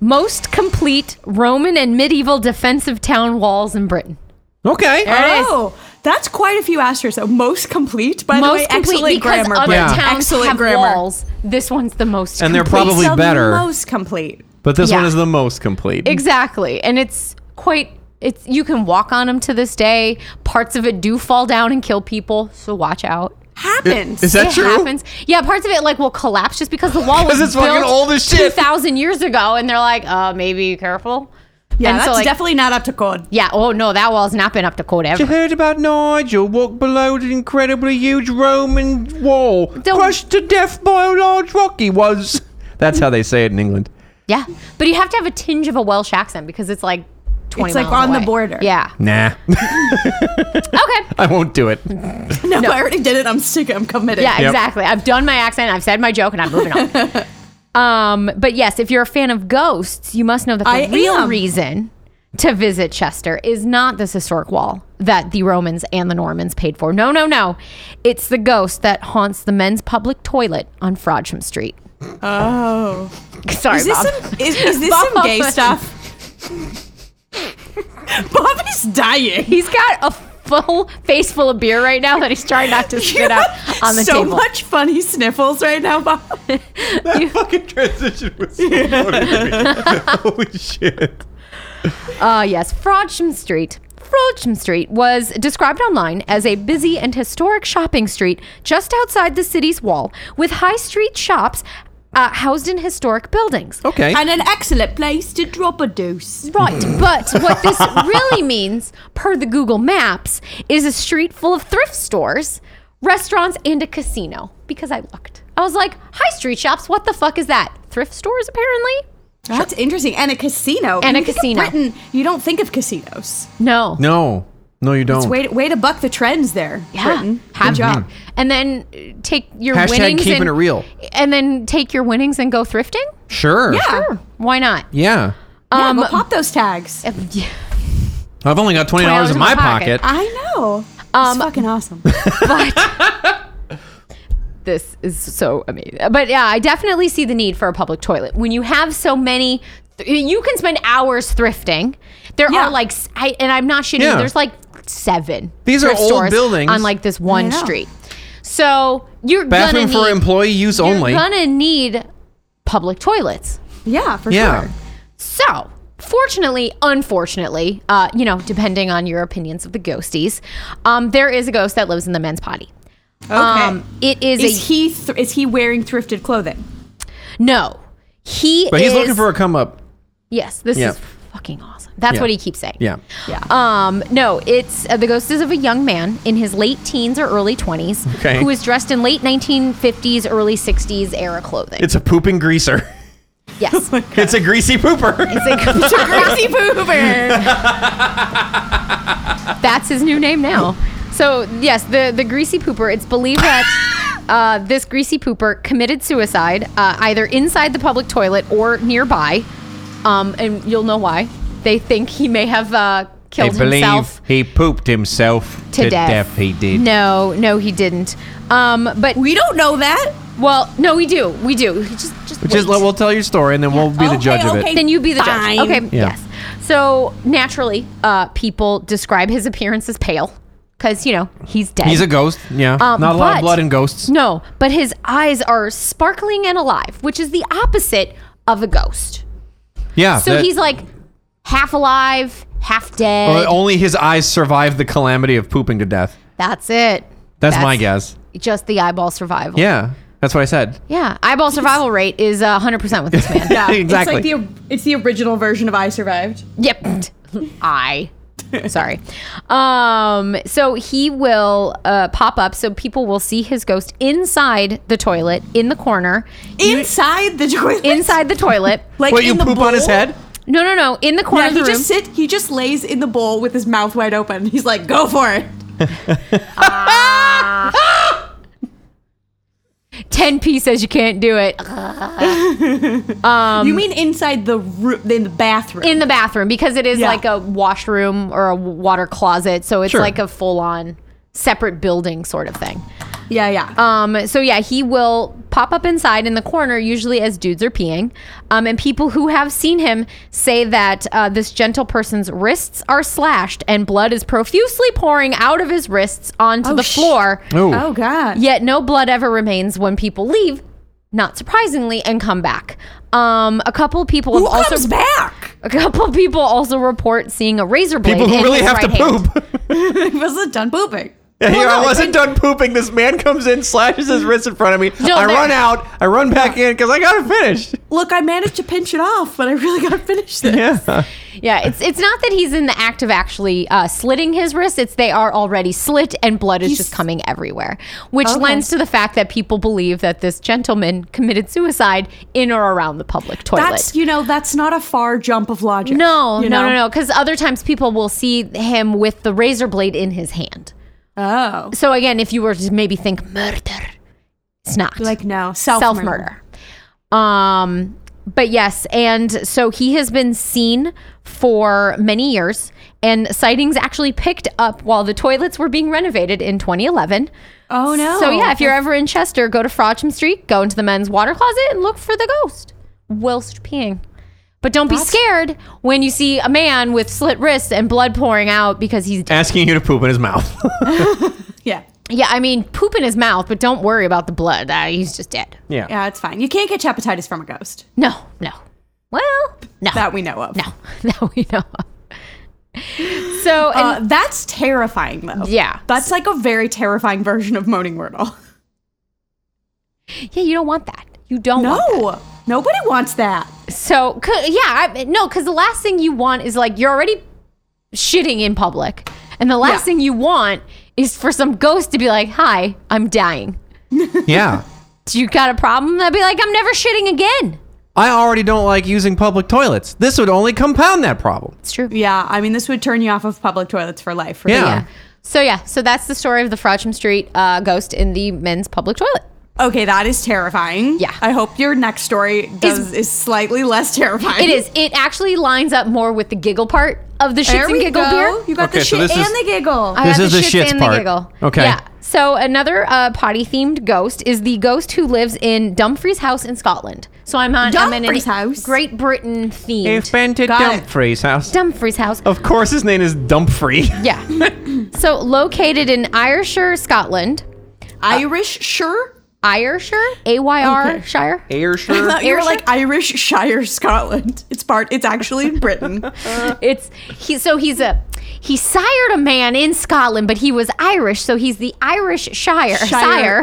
[SPEAKER 3] most complete Roman and medieval defensive town walls in Britain.
[SPEAKER 2] Okay.
[SPEAKER 3] There it is.
[SPEAKER 1] Oh, that's quite a few asterisks. So most complete, by the way.
[SPEAKER 3] most complete
[SPEAKER 1] excellent
[SPEAKER 3] because
[SPEAKER 1] grammar.
[SPEAKER 3] other
[SPEAKER 1] Brett.
[SPEAKER 2] Yeah.
[SPEAKER 3] towns
[SPEAKER 1] excellent
[SPEAKER 3] have
[SPEAKER 1] grammar.
[SPEAKER 3] walls. This one's the most.
[SPEAKER 2] And they're
[SPEAKER 3] complete.
[SPEAKER 2] probably
[SPEAKER 1] It's the
[SPEAKER 2] better.
[SPEAKER 1] Most complete.
[SPEAKER 2] But this one
[SPEAKER 3] Yeah.
[SPEAKER 2] is the most complete.
[SPEAKER 3] Exactly. And it's quite it's you can walk on them to this day. Parts of it do fall down and kill people, so watch out.
[SPEAKER 1] Happens.
[SPEAKER 2] Is that
[SPEAKER 3] it
[SPEAKER 2] true?
[SPEAKER 3] happens. Yeah, parts of it like will collapse just because the wall
[SPEAKER 2] 'Cause
[SPEAKER 3] was
[SPEAKER 2] it's fucking
[SPEAKER 3] built
[SPEAKER 2] old as shit.
[SPEAKER 3] 2000 years ago and they're like, "Uh, maybe careful."
[SPEAKER 1] yeah,
[SPEAKER 3] and
[SPEAKER 1] that's
[SPEAKER 3] so, like-
[SPEAKER 1] definitely not up to code.
[SPEAKER 3] Yeah, oh no, that wall's not been up to code
[SPEAKER 2] You
[SPEAKER 3] ever.
[SPEAKER 2] heard about Nigel walked below the incredibly huge Roman wall, crushed to death by a large rock he was. That's how they say it in England.
[SPEAKER 3] Yeah. But you have to have a tinge of a Welsh accent because it's like 20
[SPEAKER 1] It's, like,
[SPEAKER 3] miles
[SPEAKER 1] on the
[SPEAKER 3] away.
[SPEAKER 1] border.
[SPEAKER 3] Yeah.
[SPEAKER 2] Nah,
[SPEAKER 3] Okay.
[SPEAKER 2] I won't do it.
[SPEAKER 1] No, I already did it. I'm sick. I'm committed.
[SPEAKER 3] Yeah,
[SPEAKER 2] Yep.
[SPEAKER 3] exactly. I've done my accent, I've said my joke, and I'm moving on. Um, but yes, if you're a fan of ghosts, you must know that the
[SPEAKER 1] I
[SPEAKER 3] real
[SPEAKER 1] am.
[SPEAKER 3] reason to visit Chester is not this historic wall that the Romans and the Normans paid for. No, no, no. It's the ghost that haunts the men's public toilet on Frodsham Street.
[SPEAKER 1] Oh.
[SPEAKER 3] Sorry,
[SPEAKER 1] Is this
[SPEAKER 3] Bob.
[SPEAKER 1] some, is, is this some
[SPEAKER 3] Bob.
[SPEAKER 1] gay stuff? Bob is dying.
[SPEAKER 3] He's got a full face full of beer right now that he's trying not to spit out on the
[SPEAKER 1] so
[SPEAKER 3] table.
[SPEAKER 1] much funny sniffles right now, Bob.
[SPEAKER 3] You-
[SPEAKER 2] Fucking transition was so funny to me. Holy shit.
[SPEAKER 3] Ah, yes, Frodsham Street. Frodsham Street was described online as a busy and historic shopping street just outside the city's wall, with high street shops uh, housed in historic buildings.
[SPEAKER 2] Okay.
[SPEAKER 1] and an excellent place to drop a deuce.
[SPEAKER 3] Right, but what this really means, per the Google Maps, is a street full of thrift stores, restaurants, and a casino. Because I looked, I was like, high street shops. What the fuck is that? Thrift stores, apparently.
[SPEAKER 1] That's interesting. And a casino.
[SPEAKER 3] And
[SPEAKER 1] When
[SPEAKER 3] a
[SPEAKER 1] you think of
[SPEAKER 3] casino.
[SPEAKER 1] Britain, you don't think of casinos.
[SPEAKER 3] No,
[SPEAKER 2] no. No, you don't.
[SPEAKER 1] Way to, way to buck the trends there.
[SPEAKER 3] Yeah,
[SPEAKER 1] Britain.
[SPEAKER 3] have
[SPEAKER 1] Good job.
[SPEAKER 3] that. and then uh, take your
[SPEAKER 2] Hashtag
[SPEAKER 3] winnings
[SPEAKER 2] keeping
[SPEAKER 3] and
[SPEAKER 2] it real.
[SPEAKER 3] and then take your winnings and go thrifting.
[SPEAKER 2] Sure.
[SPEAKER 1] Yeah.
[SPEAKER 3] Why not?
[SPEAKER 2] Yeah.
[SPEAKER 1] Yeah,
[SPEAKER 3] Um,
[SPEAKER 1] go pop those tags.
[SPEAKER 2] I've only got $20,
[SPEAKER 3] $20
[SPEAKER 2] in my pocket.
[SPEAKER 1] I know.
[SPEAKER 3] Um,
[SPEAKER 1] it's fucking awesome.
[SPEAKER 3] this is so amazing. But yeah, I definitely see the need for a public toilet when you have so many. You can spend hours thrifting. There
[SPEAKER 1] Yeah.
[SPEAKER 3] are like, s- I, and I'm not shitting. you,
[SPEAKER 2] Yeah.
[SPEAKER 3] There's like seven.
[SPEAKER 2] These are
[SPEAKER 3] thrift
[SPEAKER 2] old
[SPEAKER 3] stores
[SPEAKER 2] buildings.
[SPEAKER 3] on like this
[SPEAKER 1] I
[SPEAKER 3] one
[SPEAKER 1] know.
[SPEAKER 3] street. So you're
[SPEAKER 2] Bathroom
[SPEAKER 3] gonna
[SPEAKER 2] for
[SPEAKER 3] need,
[SPEAKER 2] employee use
[SPEAKER 3] You're
[SPEAKER 2] only.
[SPEAKER 3] gonna need public toilets.
[SPEAKER 1] yeah, for
[SPEAKER 2] yeah.
[SPEAKER 1] sure.
[SPEAKER 3] So, fortunately, unfortunately, uh, you know, depending on your opinions of the ghosties, um, there is a ghost that lives in the men's potty.
[SPEAKER 1] Okay.
[SPEAKER 3] Um, it is,
[SPEAKER 1] is
[SPEAKER 3] a
[SPEAKER 1] he thr is he wearing thrifted clothing?
[SPEAKER 3] no. He
[SPEAKER 2] But he's
[SPEAKER 3] is-
[SPEAKER 2] looking for a come up.
[SPEAKER 3] yes. This
[SPEAKER 2] Yeah.
[SPEAKER 3] is fucking awesome. That's
[SPEAKER 2] Yeah.
[SPEAKER 3] what he keeps saying.
[SPEAKER 2] Yeah.
[SPEAKER 1] Yeah.
[SPEAKER 3] Um, no, it's uh, the ghost is of a young man in his late teens or early 20s
[SPEAKER 2] Okay.
[SPEAKER 3] who is dressed in late 1950s, early 60s era clothing.
[SPEAKER 2] It's a pooping greaser.
[SPEAKER 3] yes.
[SPEAKER 2] it's a greasy pooper.
[SPEAKER 3] It's a-
[SPEAKER 1] Crazy pooper.
[SPEAKER 3] That's his new name now. So yes, the the greasy pooper. It's believed that uh, this greasy pooper committed suicide uh, either inside the public toilet or nearby, um, and you'll know why. They think he may have uh, killed himself
[SPEAKER 2] he pooped himself
[SPEAKER 3] to, death. No, no, he didn't. Um, but
[SPEAKER 1] we don't know that.
[SPEAKER 3] well, no, we do. We do. Just just
[SPEAKER 2] Just
[SPEAKER 3] wait.
[SPEAKER 2] let, we'll tell your story and then we'll be the
[SPEAKER 3] Oh,
[SPEAKER 1] Okay,
[SPEAKER 2] judge of
[SPEAKER 1] okay.
[SPEAKER 2] it.
[SPEAKER 3] then you be the
[SPEAKER 1] Fine.
[SPEAKER 3] judge. Okay.
[SPEAKER 2] Yeah.
[SPEAKER 3] Yes. So naturally, uh, people describe his appearance as pale because you know he's dead.
[SPEAKER 2] He's a ghost. Yeah.
[SPEAKER 3] Um,
[SPEAKER 2] Not a lot
[SPEAKER 3] but-
[SPEAKER 2] of blood in ghosts.
[SPEAKER 3] No, but his eyes are sparkling and alive, which is the opposite of a ghost.
[SPEAKER 2] Yeah.
[SPEAKER 3] So
[SPEAKER 2] that-
[SPEAKER 3] he's like half alive, half dead.
[SPEAKER 2] Well, only his eyes survived the calamity of pooping to death.
[SPEAKER 3] That's it.
[SPEAKER 2] That's, my guess.
[SPEAKER 3] Just the eyeball survival.
[SPEAKER 2] Yeah, that's what I said.
[SPEAKER 3] Yeah. Eyeball survival rate is uh, 100% with this man.
[SPEAKER 1] Yeah,
[SPEAKER 2] Exactly.
[SPEAKER 1] It's like the it's the original version of I survived.
[SPEAKER 3] Yep. I. Sorry. Um, so he will uh, pop up. So people will see his ghost inside the toilet in the corner,
[SPEAKER 1] Inside the toilet.
[SPEAKER 3] inside the toilet.
[SPEAKER 1] like
[SPEAKER 2] Wait, you
[SPEAKER 1] in the
[SPEAKER 2] poop on his
[SPEAKER 1] bowl?
[SPEAKER 2] head?
[SPEAKER 3] No, no, no. In the corner
[SPEAKER 1] Yeah,
[SPEAKER 3] of the
[SPEAKER 1] he
[SPEAKER 3] room.
[SPEAKER 1] just sit. He just lays in the bowl with his mouth wide open. He's like, "Go for it."
[SPEAKER 3] 10p says you can't do it.
[SPEAKER 1] you mean inside the room, Um, in the bathroom?
[SPEAKER 3] in the bathroom because it is
[SPEAKER 1] Yeah.
[SPEAKER 3] like a washroom or a water closet, so it's
[SPEAKER 2] Sure.
[SPEAKER 3] like a full-on separate building sort of thing.
[SPEAKER 1] yeah, yeah.
[SPEAKER 3] Um, so yeah, he will pop up inside in the corner, usually as dudes are peeing. Um, and people who have seen him say that uh, this gentle person's wrists are slashed and blood is profusely pouring out of his wrists onto
[SPEAKER 1] Oh,
[SPEAKER 3] the
[SPEAKER 1] sh-
[SPEAKER 3] floor.
[SPEAKER 2] Oh,
[SPEAKER 1] oh God.
[SPEAKER 3] Yet no blood ever remains when people leave, not surprisingly, and come back. Um, a couple people
[SPEAKER 1] Who
[SPEAKER 3] have also
[SPEAKER 1] comes back?
[SPEAKER 3] a couple people also report seeing a razor blade.
[SPEAKER 2] people who
[SPEAKER 3] in
[SPEAKER 2] really
[SPEAKER 3] his
[SPEAKER 2] have to
[SPEAKER 3] right hand.
[SPEAKER 2] poop.
[SPEAKER 1] He wasn't done pooping.
[SPEAKER 2] Here,
[SPEAKER 3] no,
[SPEAKER 2] I wasn't done pooping. This man comes in, slashes his wrist in front of me.
[SPEAKER 3] No,
[SPEAKER 2] I
[SPEAKER 3] there-
[SPEAKER 2] run out. I run back in because I gotta finish.
[SPEAKER 1] Look, I managed to pinch it off, but I really gotta finish this.
[SPEAKER 2] Yeah.
[SPEAKER 3] Yeah, it's it's not that he's in the act of actually uh, slitting his wrists. It's they are already slit and blood is just coming everywhere, which
[SPEAKER 1] Okay.
[SPEAKER 3] lends to the fact that people believe that this gentleman committed suicide in or around the public toilet.
[SPEAKER 1] That's you know, that's not a far jump of logic.
[SPEAKER 3] no,
[SPEAKER 1] you
[SPEAKER 3] no,
[SPEAKER 1] know?
[SPEAKER 3] no, no, Because other times people will see him with the razor blade in his hand.
[SPEAKER 1] Oh,
[SPEAKER 3] So again, if you were to maybe think murder, it's not
[SPEAKER 1] like no self
[SPEAKER 3] self
[SPEAKER 1] murder.
[SPEAKER 3] murder. Um, but yes, and so he has been seen for many years, and sightings actually picked up while the toilets were being renovated in 2011.
[SPEAKER 1] Oh no.
[SPEAKER 3] So yeah, if you're ever in Chester, go to Frodsham Street, go into the men's water closet, and look for the ghost whilst peeing. But don't be scared when you see a man with slit wrists and blood pouring out because he's dead.
[SPEAKER 2] Asking you to poop in his mouth.
[SPEAKER 1] yeah.
[SPEAKER 3] Yeah, I mean, poop in his mouth, but don't worry about the blood. Uh, he's just dead.
[SPEAKER 2] yeah.
[SPEAKER 1] Yeah, it's fine. You can't catch hepatitis from a ghost.
[SPEAKER 3] No, no. Well, no.
[SPEAKER 1] That we know of.
[SPEAKER 3] no, that we know of. So, and
[SPEAKER 1] Uh, that's terrifying though.
[SPEAKER 3] Yeah.
[SPEAKER 1] That's like a very terrifying version of Moaning Wordle.
[SPEAKER 3] yeah, you don't want that. You don't want that.
[SPEAKER 1] No. Nobody wants that.
[SPEAKER 3] So, 'cause- yeah, I, no, because the last thing you want is like you're already shitting in public, and the last
[SPEAKER 1] Yeah.
[SPEAKER 3] thing you want is for some ghost to be like, "Hi, I'm dying.
[SPEAKER 2] yeah.
[SPEAKER 3] Do you got a problem?" I'd be like, "I'm never shitting again."
[SPEAKER 2] I already don't like using public toilets. This would only compound that problem.
[SPEAKER 3] It's true.
[SPEAKER 1] Yeah, I mean this would turn you off of public toilets for life. for
[SPEAKER 2] Yeah.
[SPEAKER 1] sure.
[SPEAKER 3] Yeah. So yeah, so that's the story of the Frodsham Street uh, ghost in the men's public toilet.
[SPEAKER 1] Okay, that is terrifying.
[SPEAKER 3] Yeah.
[SPEAKER 1] I hope your next story does is, slightly less terrifying.
[SPEAKER 3] It is. It actually lines up more with the giggle part of the shits
[SPEAKER 1] There
[SPEAKER 3] and
[SPEAKER 1] we
[SPEAKER 3] giggle
[SPEAKER 1] go.
[SPEAKER 3] beer.
[SPEAKER 1] You got
[SPEAKER 2] Okay,
[SPEAKER 1] the
[SPEAKER 2] so
[SPEAKER 1] shit
[SPEAKER 2] this
[SPEAKER 1] and
[SPEAKER 2] is-
[SPEAKER 1] the giggle.
[SPEAKER 3] I
[SPEAKER 2] This
[SPEAKER 3] got
[SPEAKER 2] is the shits
[SPEAKER 3] and
[SPEAKER 2] part. Okay.
[SPEAKER 3] Yeah. So another uh, potty themed ghost is the ghost who lives in Dumfries House in Scotland. So I'm on I'm in an
[SPEAKER 1] Dumfries House?
[SPEAKER 3] Great Britain themed.
[SPEAKER 2] Invented
[SPEAKER 1] Got it.
[SPEAKER 2] Dumfries house.
[SPEAKER 3] Dumfries House.
[SPEAKER 2] Of course, his name is Dumfries.
[SPEAKER 3] Yeah. so located in Ayrshire, Scotland.
[SPEAKER 1] Irish, sure.
[SPEAKER 3] Ayrshire? A Y R
[SPEAKER 1] Okay.
[SPEAKER 3] Shire?
[SPEAKER 2] Ayrshire.
[SPEAKER 3] Uh,
[SPEAKER 1] No, you're like Irish Shire, Scotland. It's part. It's actually in Britain.
[SPEAKER 3] It's he so he's a he sired a man in Scotland, but he was Irish, so he's the Irish Shire,
[SPEAKER 1] Shire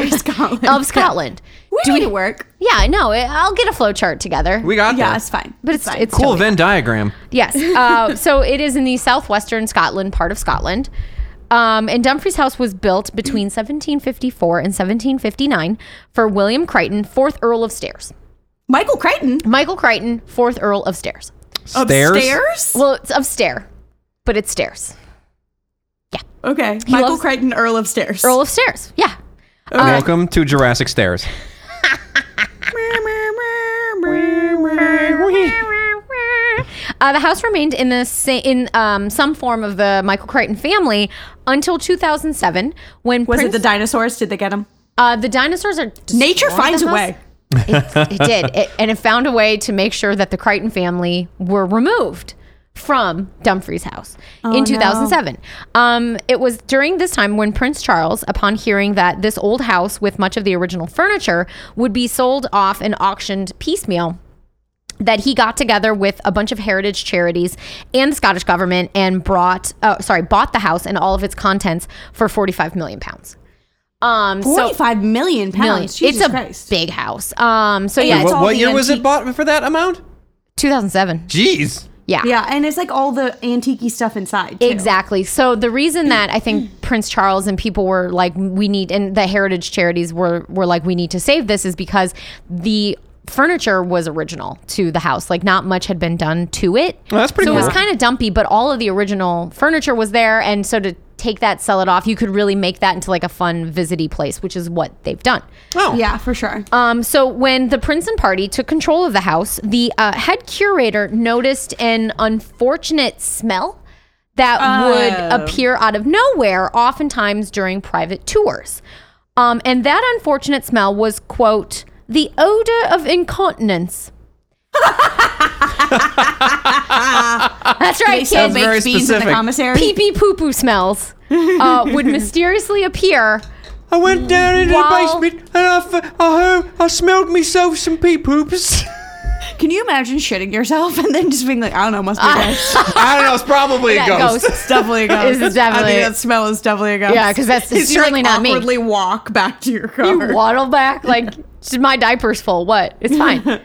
[SPEAKER 3] sire
[SPEAKER 1] of Scotland.
[SPEAKER 3] of Scotland.
[SPEAKER 1] We
[SPEAKER 3] Do
[SPEAKER 1] need to work.
[SPEAKER 3] Yeah, no, I'll get a flow chart together.
[SPEAKER 2] we got
[SPEAKER 1] Yeah,
[SPEAKER 2] that.
[SPEAKER 1] it's fine.
[SPEAKER 3] but it's,
[SPEAKER 1] fine.
[SPEAKER 3] it's
[SPEAKER 2] Cool
[SPEAKER 3] totally-
[SPEAKER 2] Venn diagram.
[SPEAKER 3] Yes. Uh, so it is in the southwestern Scotland part of Scotland. Um, and Dumfries House was built between 1754 and 1759 for William Crichton, 4th Earl of Stairs.
[SPEAKER 1] Michael Crichton
[SPEAKER 3] Michael Crichton, 4th Earl of Stairs.
[SPEAKER 2] Stairs.
[SPEAKER 1] upstairs.
[SPEAKER 3] Well, it's of Stair, but it's Stairs.
[SPEAKER 1] Okay, Michael
[SPEAKER 3] loves-
[SPEAKER 1] Crichton, Earl of Stairs.
[SPEAKER 3] Earl of Stairs, yeah.
[SPEAKER 1] Uh,
[SPEAKER 2] Welcome to Jurassic Stairs.
[SPEAKER 3] Uh, the house remained in the sa- in um, some form of the Michael Crichton family until 2007, when
[SPEAKER 1] was
[SPEAKER 3] Prince-
[SPEAKER 1] it the dinosaurs? Did they get him?
[SPEAKER 3] Uh, the dinosaurs are
[SPEAKER 1] Nature
[SPEAKER 3] destroying
[SPEAKER 1] finds
[SPEAKER 3] the
[SPEAKER 1] a
[SPEAKER 3] house.
[SPEAKER 1] way.
[SPEAKER 3] It, it did, it, and it found a way to make sure that the Crichton family were removed from Dumfries House
[SPEAKER 1] Oh,
[SPEAKER 3] in 2007. Um, it was during this time when Prince Charles, upon hearing that this old house with much of the original furniture would be sold off and auctioned piecemeal, that he got together with a bunch of heritage charities and the Scottish government and brought, uh, sorry, bought the house and all of its contents for 45 million pounds. Um, so
[SPEAKER 1] Forty-five million
[SPEAKER 3] million.
[SPEAKER 1] pounds. Jesus
[SPEAKER 3] it's a
[SPEAKER 1] Christ.
[SPEAKER 3] big house. Um, so yeah,
[SPEAKER 2] What,
[SPEAKER 1] It's
[SPEAKER 3] it's
[SPEAKER 1] all
[SPEAKER 2] what
[SPEAKER 1] the
[SPEAKER 2] year was it
[SPEAKER 1] antique-
[SPEAKER 2] bought for that amount?
[SPEAKER 3] 2007.
[SPEAKER 2] Jeez.
[SPEAKER 3] Yeah.
[SPEAKER 1] yeah, and it's like all the antique stuff inside. too.
[SPEAKER 3] Exactly. So the reason that I think Prince Charles and people were like, we need, and the heritage charities were were like, we need to save this, is because the furniture was original to the house. Like, not much had been done to it.
[SPEAKER 2] Well, that's pretty
[SPEAKER 3] So it was
[SPEAKER 2] cool.
[SPEAKER 3] kind of dumpy, but all of the original furniture was there, and so to take that, sell it off, you could really make that into like a fun visity place, which is what they've done.
[SPEAKER 2] Oh.
[SPEAKER 1] Yeah, for sure.
[SPEAKER 3] Um, so when the Princeton party took control of the house, the uh, head curator noticed an unfortunate smell that would appear out of nowhere, oftentimes during private tours. Um, and that unfortunate smell was, quote, the odor of incontinence. That's right,
[SPEAKER 1] They sell
[SPEAKER 3] kids.
[SPEAKER 2] very
[SPEAKER 1] baked beans in the
[SPEAKER 2] specific.
[SPEAKER 1] commissary.
[SPEAKER 3] Pee pee poo poo smells uh, would mysteriously appear
[SPEAKER 2] I
[SPEAKER 3] Mm,
[SPEAKER 2] went down into
[SPEAKER 3] Wow.
[SPEAKER 2] the basement and I, f- I heard, I smelled myself some pee poops.
[SPEAKER 1] Can you imagine shitting yourself and then just being like, I don't know, must be a ghost.
[SPEAKER 2] I don't know. It's probably a
[SPEAKER 3] that
[SPEAKER 2] ghost.
[SPEAKER 3] ghost.
[SPEAKER 1] It's definitely a ghost.
[SPEAKER 3] This is definitely-
[SPEAKER 1] I think that smell is definitely a ghost.
[SPEAKER 3] Yeah, 'cause that's
[SPEAKER 1] Is you,
[SPEAKER 3] certainly
[SPEAKER 1] like,
[SPEAKER 3] not me.
[SPEAKER 1] Awkwardly walk back to your car.
[SPEAKER 3] you waddle back like "Just my diaper's full what it's fine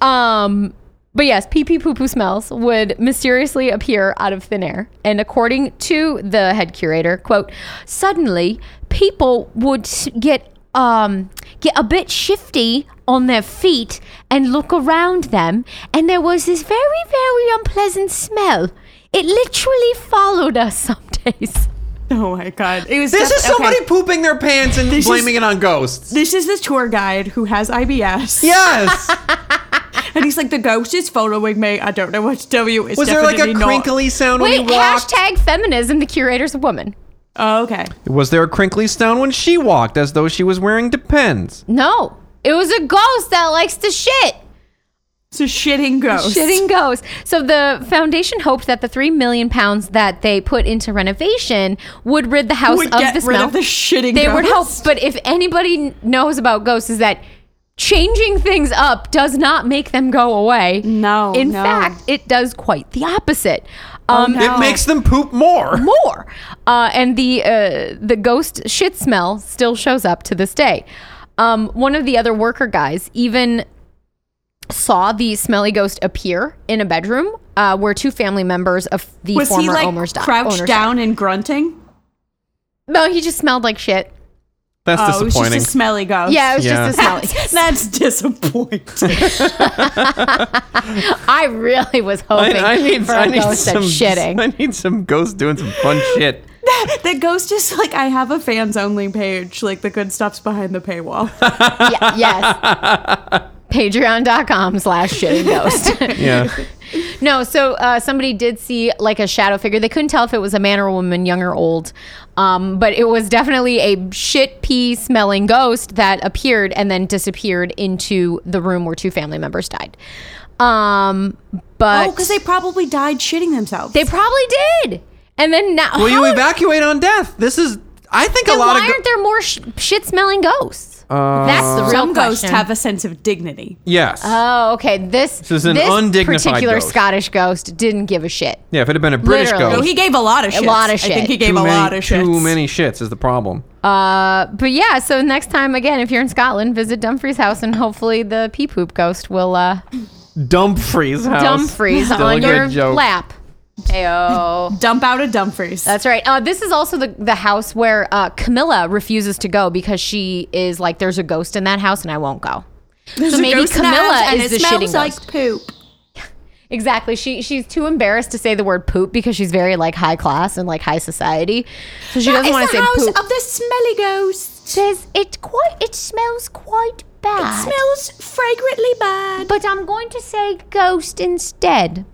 [SPEAKER 3] um but yes pee pee poo poo smells would mysteriously appear out of thin air and according to the head curator quote suddenly people would s- get um get a bit shifty on their feet and look around them and there was this very very unpleasant smell it literally followed us some days
[SPEAKER 1] Oh my god. It was
[SPEAKER 2] This
[SPEAKER 1] def-
[SPEAKER 2] is somebody
[SPEAKER 1] okay.
[SPEAKER 2] pooping their pants and
[SPEAKER 1] This
[SPEAKER 2] blaming it on ghosts.
[SPEAKER 1] This is the tour guide who has IBS.
[SPEAKER 2] Yes.
[SPEAKER 1] And he's like, the ghost is following me. I don't know what to tell you. It's
[SPEAKER 2] Was there like a
[SPEAKER 1] definitely not-
[SPEAKER 2] crinkly sound when
[SPEAKER 3] Wait,
[SPEAKER 2] you walked?
[SPEAKER 3] hashtag feminism. The curator's a woman.
[SPEAKER 1] Oh, okay.
[SPEAKER 2] was there a crinkly sound when she walked, as though she was wearing Depends?
[SPEAKER 3] No, it was a ghost that likes to shit.
[SPEAKER 1] It's a shitting ghost.
[SPEAKER 3] Shitting ghosts. So the foundation hoped that the three million pounds that they put into renovation would rid the house
[SPEAKER 1] Would
[SPEAKER 3] of
[SPEAKER 1] get
[SPEAKER 3] the smell.
[SPEAKER 1] rid of the shitting
[SPEAKER 3] they would help,
[SPEAKER 1] ghost.
[SPEAKER 3] but if anybody kn- knows about ghosts, is that changing things up does not make them go away.
[SPEAKER 1] No,
[SPEAKER 3] in
[SPEAKER 1] no. Oh,
[SPEAKER 3] fact, it does quite the opposite. Um,
[SPEAKER 1] no.
[SPEAKER 2] It makes them poop more.
[SPEAKER 3] more. Uh, and the uh, the ghost shit smell still shows up to this day. Um, one of the other worker guys even saw the smelly ghost appear in a bedroom uh, where two family members of the
[SPEAKER 1] Was
[SPEAKER 3] former
[SPEAKER 1] he like
[SPEAKER 3] owners di- owners
[SPEAKER 1] crouched
[SPEAKER 3] died.
[SPEAKER 1] down and grunting?
[SPEAKER 3] No, he just smelled like shit.
[SPEAKER 2] That's
[SPEAKER 1] oh, it was just a smelly ghost.
[SPEAKER 3] Yeah, it was
[SPEAKER 2] Yeah.
[SPEAKER 3] just a
[SPEAKER 1] That's
[SPEAKER 3] smelly.
[SPEAKER 1] disappointing.
[SPEAKER 3] I really was hoping
[SPEAKER 2] I, I need,
[SPEAKER 3] for a
[SPEAKER 2] I need
[SPEAKER 3] ghost
[SPEAKER 2] some
[SPEAKER 3] that's shitting.
[SPEAKER 2] I need some ghosts doing some fun shit.
[SPEAKER 1] the ghost is like, I have a fans only page. Like, the good stuff's behind the paywall.
[SPEAKER 3] yeah, yes. Patreon.com slash shitting ghost.
[SPEAKER 2] Yeah.
[SPEAKER 3] No, so uh, somebody did see like a shadow figure. They couldn't tell if it was a man or a woman, young or old, um, but it was definitely a shit pee smelling ghost that appeared and then disappeared into the room where two family members died. Um, but
[SPEAKER 1] oh, because they probably died shitting themselves.
[SPEAKER 3] they probably did. And then now,
[SPEAKER 2] Will you
[SPEAKER 3] how-
[SPEAKER 2] evacuate on death? This is. I think a
[SPEAKER 3] then
[SPEAKER 2] lot of.
[SPEAKER 3] why
[SPEAKER 2] Uh, go-
[SPEAKER 3] aren't there more sh- shit smelling ghosts? That's the real
[SPEAKER 1] Some ghosts
[SPEAKER 3] question.
[SPEAKER 1] have a sense of dignity.
[SPEAKER 2] yes.
[SPEAKER 3] Oh, okay. This,
[SPEAKER 2] is an undignified
[SPEAKER 3] particular
[SPEAKER 2] ghost.
[SPEAKER 3] Scottish ghost didn't give a shit.
[SPEAKER 2] yeah, if it had been a British
[SPEAKER 3] Literally.
[SPEAKER 1] No,
[SPEAKER 2] ghost.
[SPEAKER 1] he gave a lot of shit.
[SPEAKER 3] lot of
[SPEAKER 1] I
[SPEAKER 3] shit.
[SPEAKER 1] think he gave
[SPEAKER 2] too
[SPEAKER 1] a
[SPEAKER 2] many,
[SPEAKER 1] lot of shit.
[SPEAKER 2] Too many shits is the problem.
[SPEAKER 3] Uh, but yeah, so next time again, if you're in Scotland, visit Dumfries House, and hopefully the pee poop ghost will uh,
[SPEAKER 2] Dumfries house.
[SPEAKER 3] Dumfries
[SPEAKER 2] Still a
[SPEAKER 3] on
[SPEAKER 2] good
[SPEAKER 3] your
[SPEAKER 2] joke.
[SPEAKER 3] lap. Heyo.
[SPEAKER 1] Dump out of Dumfries.
[SPEAKER 3] That's right. Uh, this is also the the house where uh, Camilla refuses to go because she is like, "There's a ghost in that house, and I won't go." so maybe Camilla
[SPEAKER 1] and
[SPEAKER 3] is
[SPEAKER 1] it
[SPEAKER 3] the
[SPEAKER 1] smells
[SPEAKER 3] shitting
[SPEAKER 1] like
[SPEAKER 3] ghost.
[SPEAKER 1] poop.
[SPEAKER 3] Exactly. She she's too embarrassed to say the word poop because she's very like high class and like high society, so she doesn't want to say poop.
[SPEAKER 1] of the smelly ghost.
[SPEAKER 3] says it quite it smells quite bad.
[SPEAKER 1] Smells fragrantly bad.
[SPEAKER 3] but I'm going to say ghost instead.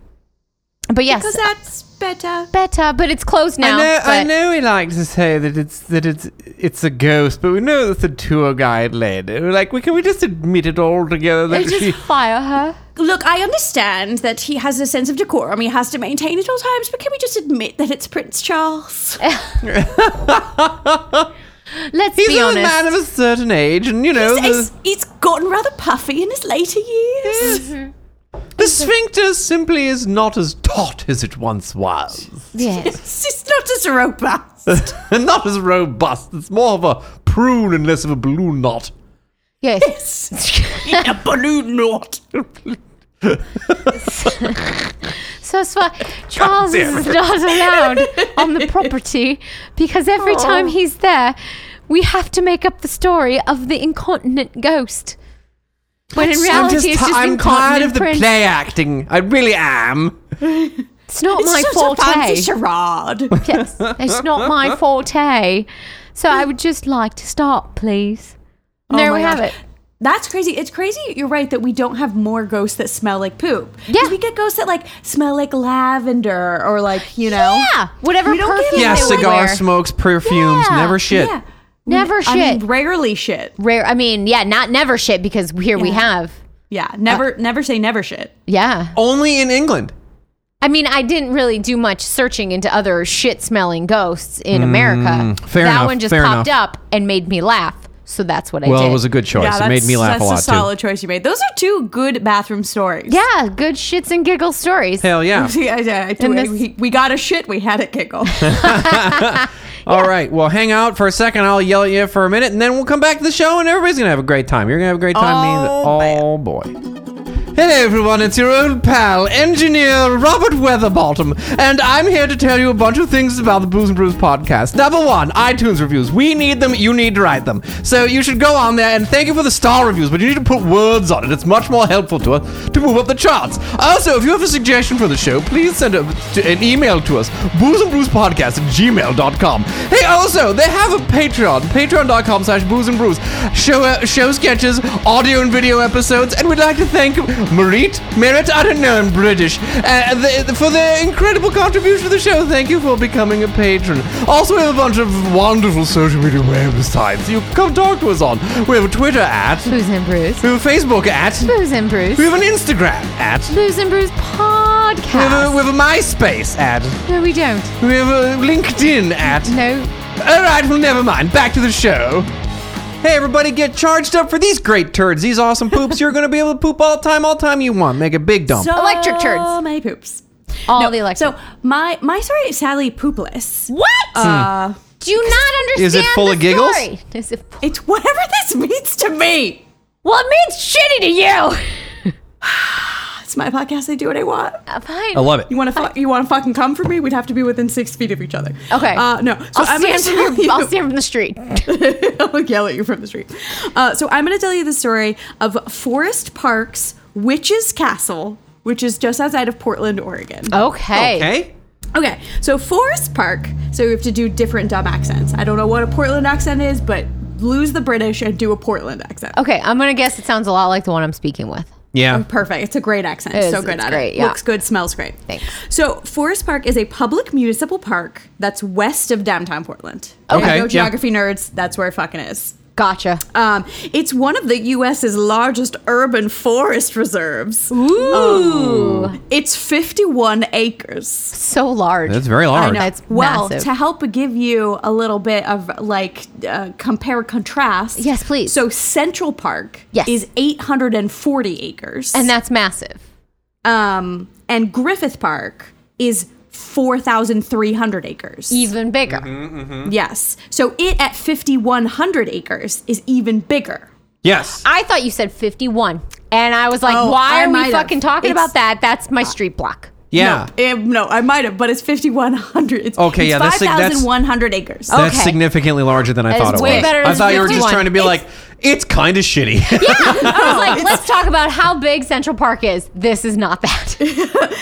[SPEAKER 3] But yes,
[SPEAKER 1] Because that's better.
[SPEAKER 3] better. But it's closed
[SPEAKER 2] I
[SPEAKER 3] now.
[SPEAKER 2] know, I
[SPEAKER 3] but-
[SPEAKER 2] know we like to say that it's that it's it's a ghost, but we know that the tour guide led. We're like, we can we just admit it all together that
[SPEAKER 3] They just
[SPEAKER 2] she
[SPEAKER 3] fire her.
[SPEAKER 1] Look, I understand that he has a sense of decorum. He has to maintain it at all times, but can we just admit that it's Prince Charles?
[SPEAKER 3] Let's
[SPEAKER 2] He's
[SPEAKER 3] be
[SPEAKER 2] a
[SPEAKER 3] honest.
[SPEAKER 2] man of a certain age, and you know
[SPEAKER 1] It's-
[SPEAKER 2] the,
[SPEAKER 1] it's gotten rather puffy in his later years.
[SPEAKER 2] the sphincter simply is not as taut as it once was,
[SPEAKER 3] yes.
[SPEAKER 1] It's just not as robust.
[SPEAKER 2] and not as robust. It's more of a prune and less of a balloon knot.
[SPEAKER 3] Yes.
[SPEAKER 1] a balloon knot.
[SPEAKER 3] So it's why Charles is not allowed on the property because every time he's there, we have to make up the story of the incontinent ghost. When in
[SPEAKER 2] I'm
[SPEAKER 3] reality,
[SPEAKER 2] just,
[SPEAKER 3] it's just
[SPEAKER 2] I'm tired
[SPEAKER 3] incontinent
[SPEAKER 2] of the
[SPEAKER 3] prince.
[SPEAKER 2] play acting. I really am.
[SPEAKER 3] It's not
[SPEAKER 1] It's
[SPEAKER 3] my
[SPEAKER 1] just
[SPEAKER 3] fault.
[SPEAKER 1] a fancy charade.
[SPEAKER 3] Yes, it's not my forte. So I would just like to stop, please.
[SPEAKER 2] Oh
[SPEAKER 3] there
[SPEAKER 1] my
[SPEAKER 3] we have
[SPEAKER 1] gosh.
[SPEAKER 3] it.
[SPEAKER 1] That's crazy. It's crazy. You're right that we don't have more ghosts that smell like poop. 'Cause
[SPEAKER 3] Yeah.
[SPEAKER 1] we get ghosts that like smell like lavender or like you know.
[SPEAKER 3] Yeah, whatever
[SPEAKER 1] We don't give
[SPEAKER 3] perfume
[SPEAKER 1] a
[SPEAKER 2] Yeah,
[SPEAKER 3] they
[SPEAKER 1] shit.
[SPEAKER 3] would
[SPEAKER 2] cigar
[SPEAKER 3] wear.
[SPEAKER 2] smokes, perfumes,
[SPEAKER 3] Yeah.
[SPEAKER 2] never shit.
[SPEAKER 1] Yeah.
[SPEAKER 3] Never
[SPEAKER 1] I mean,
[SPEAKER 3] shit.
[SPEAKER 1] rarely shit.
[SPEAKER 3] Rare. I mean, yeah, not never shit because here we
[SPEAKER 1] Yeah.
[SPEAKER 3] have.
[SPEAKER 1] Yeah.
[SPEAKER 3] Uh,
[SPEAKER 1] Never. never say never shit.
[SPEAKER 3] Yeah.
[SPEAKER 2] Only in England.
[SPEAKER 3] I mean, I didn't really do much searching into other shit-smelling ghosts in America.
[SPEAKER 2] Mm, fair
[SPEAKER 3] that
[SPEAKER 2] enough,
[SPEAKER 3] one just
[SPEAKER 2] fair
[SPEAKER 3] popped
[SPEAKER 2] enough.
[SPEAKER 3] up and made me laugh. So that's what I
[SPEAKER 2] Well,
[SPEAKER 3] did.
[SPEAKER 2] it was a good choice.
[SPEAKER 1] yeah,
[SPEAKER 2] it made me laugh
[SPEAKER 1] that's
[SPEAKER 2] a lot
[SPEAKER 1] a solid choice you made. Those are two good bathroom stories.
[SPEAKER 3] yeah, good shits and giggles stories.
[SPEAKER 2] too. Hell yeah.
[SPEAKER 1] See, I- I- I-
[SPEAKER 3] And this-
[SPEAKER 1] we, we got a shit. We had a giggle.
[SPEAKER 2] All right. Well, hang out for a second. I'll yell at you for a minute, and then we'll come back to the show, and everybody's gonna have a great time. You're gonna have a great time. me-
[SPEAKER 1] Oh,
[SPEAKER 2] Oh, boy. Hello, everyone. It's your old pal, engineer Robert Weatherbottom, and I'm here to tell you a bunch of things about the Booze and Brews podcast. Number one, iTunes reviews. We need them. You need to write them. So you should go on there and thank you for the star reviews, but you need to put words on it. It's much more helpful to us to move up the charts. Also, if you have a suggestion for the show, please send a, to, an email to us, boozeandbrewspodcast at gmail.com. Hey, also, they have a Patreon, patreon.com slash booze and brews. Show, uh, show sketches, audio and video episodes, and we'd like to thank Marit, Merit, I don't know, I'm British, uh, the, for their incredible contribution to the show. Thank you for becoming a patron. Also, we have a bunch of wonderful social media websites you come talk to us on. We have a Twitter at,
[SPEAKER 3] Booze and Brews.
[SPEAKER 2] we have a Facebook at,
[SPEAKER 3] Booze and Brews.
[SPEAKER 2] we have an Instagram at,
[SPEAKER 3] Booze and Brews podcast.
[SPEAKER 2] we have a, we have a MySpace at,
[SPEAKER 3] no, we don't.
[SPEAKER 2] we have a LinkedIn at.
[SPEAKER 3] No.
[SPEAKER 2] All right, well, never mind. Back to the show. Hey, everybody, get charged up for these great turds, these awesome poops. You're going to be able to poop all time, all time you want. Make a big dump.
[SPEAKER 3] Electric turds.
[SPEAKER 1] So many poops.
[SPEAKER 3] All
[SPEAKER 1] No,
[SPEAKER 3] the electric.
[SPEAKER 1] So my my story is sadly poopless.
[SPEAKER 3] what?
[SPEAKER 1] Uh,
[SPEAKER 3] Do you not understand?
[SPEAKER 2] Hmm. Is it full
[SPEAKER 3] the
[SPEAKER 2] of giggles?
[SPEAKER 3] story? Is it full-
[SPEAKER 1] it's whatever this means to me.
[SPEAKER 3] well, it means shitty to you.
[SPEAKER 1] It's my podcast. I do what I want.
[SPEAKER 3] Uh, Fine.
[SPEAKER 2] I love it.
[SPEAKER 1] You want to fu- you want to fucking come for me? We'd have to be within six feet of each other.
[SPEAKER 3] Okay.
[SPEAKER 1] Uh, no. So
[SPEAKER 3] I'll,
[SPEAKER 1] am
[SPEAKER 3] stand
[SPEAKER 1] gonna
[SPEAKER 3] from
[SPEAKER 1] tell
[SPEAKER 3] the,
[SPEAKER 1] you.
[SPEAKER 3] I'll stand from the street.
[SPEAKER 1] I'll yell at you from the street. Uh, so I'm going to tell you the story of Forest Park's Witch's Castle, which is just outside of Portland, Oregon.
[SPEAKER 3] Okay.
[SPEAKER 2] Okay?
[SPEAKER 1] Okay, so Forest Park. So we have to do different dumb accents. I don't know what a Portland accent is, but lose the British and do a Portland accent.
[SPEAKER 3] Okay. I'm gonna guess it sounds a lot like the one I'm speaking with.
[SPEAKER 2] Yeah.
[SPEAKER 1] Perfect. It's a great accent.
[SPEAKER 3] It is.
[SPEAKER 1] so good
[SPEAKER 3] It's
[SPEAKER 1] at
[SPEAKER 3] great,
[SPEAKER 1] it.
[SPEAKER 3] yeah.
[SPEAKER 1] Looks good, smells great.
[SPEAKER 3] Thanks.
[SPEAKER 1] So Forest Park is a public municipal park that's west of downtown Portland.
[SPEAKER 2] Okay,
[SPEAKER 1] No
[SPEAKER 2] yeah.
[SPEAKER 1] geography nerds. That's where it fucking is.
[SPEAKER 3] Gotcha.
[SPEAKER 1] Um, it's one of the U.S.'s largest urban forest reserves. Um,
[SPEAKER 3] Ooh.
[SPEAKER 1] It's 51 acres.
[SPEAKER 3] so large.
[SPEAKER 2] That's very large.
[SPEAKER 1] I know.
[SPEAKER 3] Oh, That's
[SPEAKER 1] well,
[SPEAKER 3] massive.
[SPEAKER 1] to help give you a little bit of like uh, compare contrast.
[SPEAKER 3] Yes, please.
[SPEAKER 1] So Central Park
[SPEAKER 3] Yes.
[SPEAKER 1] is 840 acres,
[SPEAKER 3] and that's massive.
[SPEAKER 1] um, and Griffith Park is 4,300 acres. Mm-hmm.
[SPEAKER 3] Even bigger.
[SPEAKER 2] Mm-hmm.
[SPEAKER 1] Yes. So it at 5,100 acres is even bigger.
[SPEAKER 2] Yes.
[SPEAKER 3] I thought you said 51, and I was like,
[SPEAKER 1] Oh,
[SPEAKER 3] why
[SPEAKER 1] I
[SPEAKER 3] are we
[SPEAKER 1] might have.
[SPEAKER 3] fucking talking
[SPEAKER 1] It's-
[SPEAKER 3] about that? That's my street block.
[SPEAKER 2] yeah.
[SPEAKER 1] No, eh, no, I might have, but it's 5,100. It's,
[SPEAKER 2] Okay,
[SPEAKER 1] it's
[SPEAKER 2] yeah, that's Oh. sig- that's-
[SPEAKER 1] 5,100 acres.
[SPEAKER 2] That's
[SPEAKER 3] okay.
[SPEAKER 2] significantly larger than I
[SPEAKER 3] That
[SPEAKER 2] thought
[SPEAKER 3] is
[SPEAKER 2] it
[SPEAKER 3] way
[SPEAKER 2] was.
[SPEAKER 3] better
[SPEAKER 2] I
[SPEAKER 3] than
[SPEAKER 2] thought you were just
[SPEAKER 3] 51.
[SPEAKER 2] trying to be
[SPEAKER 3] It's-
[SPEAKER 2] like, it's kind of shitty.
[SPEAKER 3] I was like, let's talk about how big Central Park is. This is not that.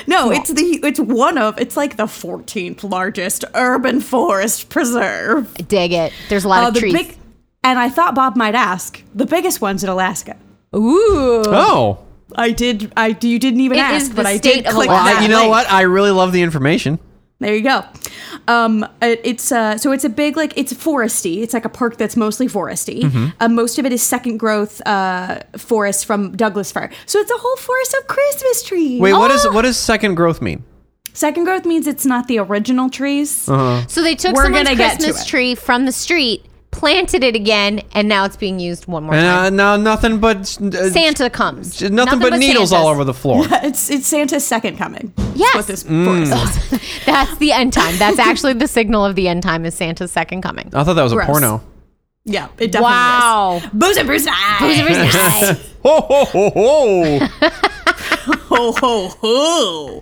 [SPEAKER 1] No, it's the it's one of it's like the 14th largest urban forest preserve.
[SPEAKER 3] Dig it. There's a lot
[SPEAKER 1] Uh,
[SPEAKER 3] of
[SPEAKER 1] the
[SPEAKER 3] trees.
[SPEAKER 1] big, and I thought Bob might ask the biggest ones in Alaska.
[SPEAKER 3] Ooh.
[SPEAKER 2] oh.
[SPEAKER 1] I did. I you didn't even
[SPEAKER 3] It
[SPEAKER 1] ask,
[SPEAKER 3] is the
[SPEAKER 1] but I
[SPEAKER 3] state
[SPEAKER 1] did
[SPEAKER 3] of
[SPEAKER 1] click
[SPEAKER 2] Well, I,
[SPEAKER 1] that
[SPEAKER 2] you know
[SPEAKER 1] link.
[SPEAKER 2] what? I really love the information.
[SPEAKER 1] There you go. Um, it- it's uh, so it's a big like it's foresty. It's like a park that's mostly foresty.
[SPEAKER 2] Mm-hmm.
[SPEAKER 1] Uh, most of it is second growth uh, forest from Douglas fir. So it's a whole forest of Christmas trees.
[SPEAKER 2] Wait, what is what does second growth mean?
[SPEAKER 1] Second growth means it's not the original trees.
[SPEAKER 2] Uh.
[SPEAKER 3] So they took
[SPEAKER 1] We're
[SPEAKER 3] someone's
[SPEAKER 1] gonna get to
[SPEAKER 3] Christmas
[SPEAKER 1] it.
[SPEAKER 3] tree from the street, planted it again, and now it's being used one more
[SPEAKER 2] And
[SPEAKER 3] time.
[SPEAKER 2] uh, no, nothing but uh,
[SPEAKER 3] Santa comes.
[SPEAKER 2] nothing, but, needles all over the floor.
[SPEAKER 1] Uh, It's it's Santa's second coming.
[SPEAKER 3] Yes.
[SPEAKER 1] What this
[SPEAKER 2] Mm.
[SPEAKER 1] forest is.
[SPEAKER 3] the. That's the end time. That's actually the signal of the end time is Santa's second coming.
[SPEAKER 2] I thought that was
[SPEAKER 1] Gross.
[SPEAKER 2] a porno.
[SPEAKER 1] Yeah, it definitely
[SPEAKER 3] Wow.
[SPEAKER 1] is. Booze and Bruce.
[SPEAKER 3] Who's
[SPEAKER 1] Ho
[SPEAKER 3] the first-
[SPEAKER 2] Ho ho ho ho!
[SPEAKER 1] ho ho.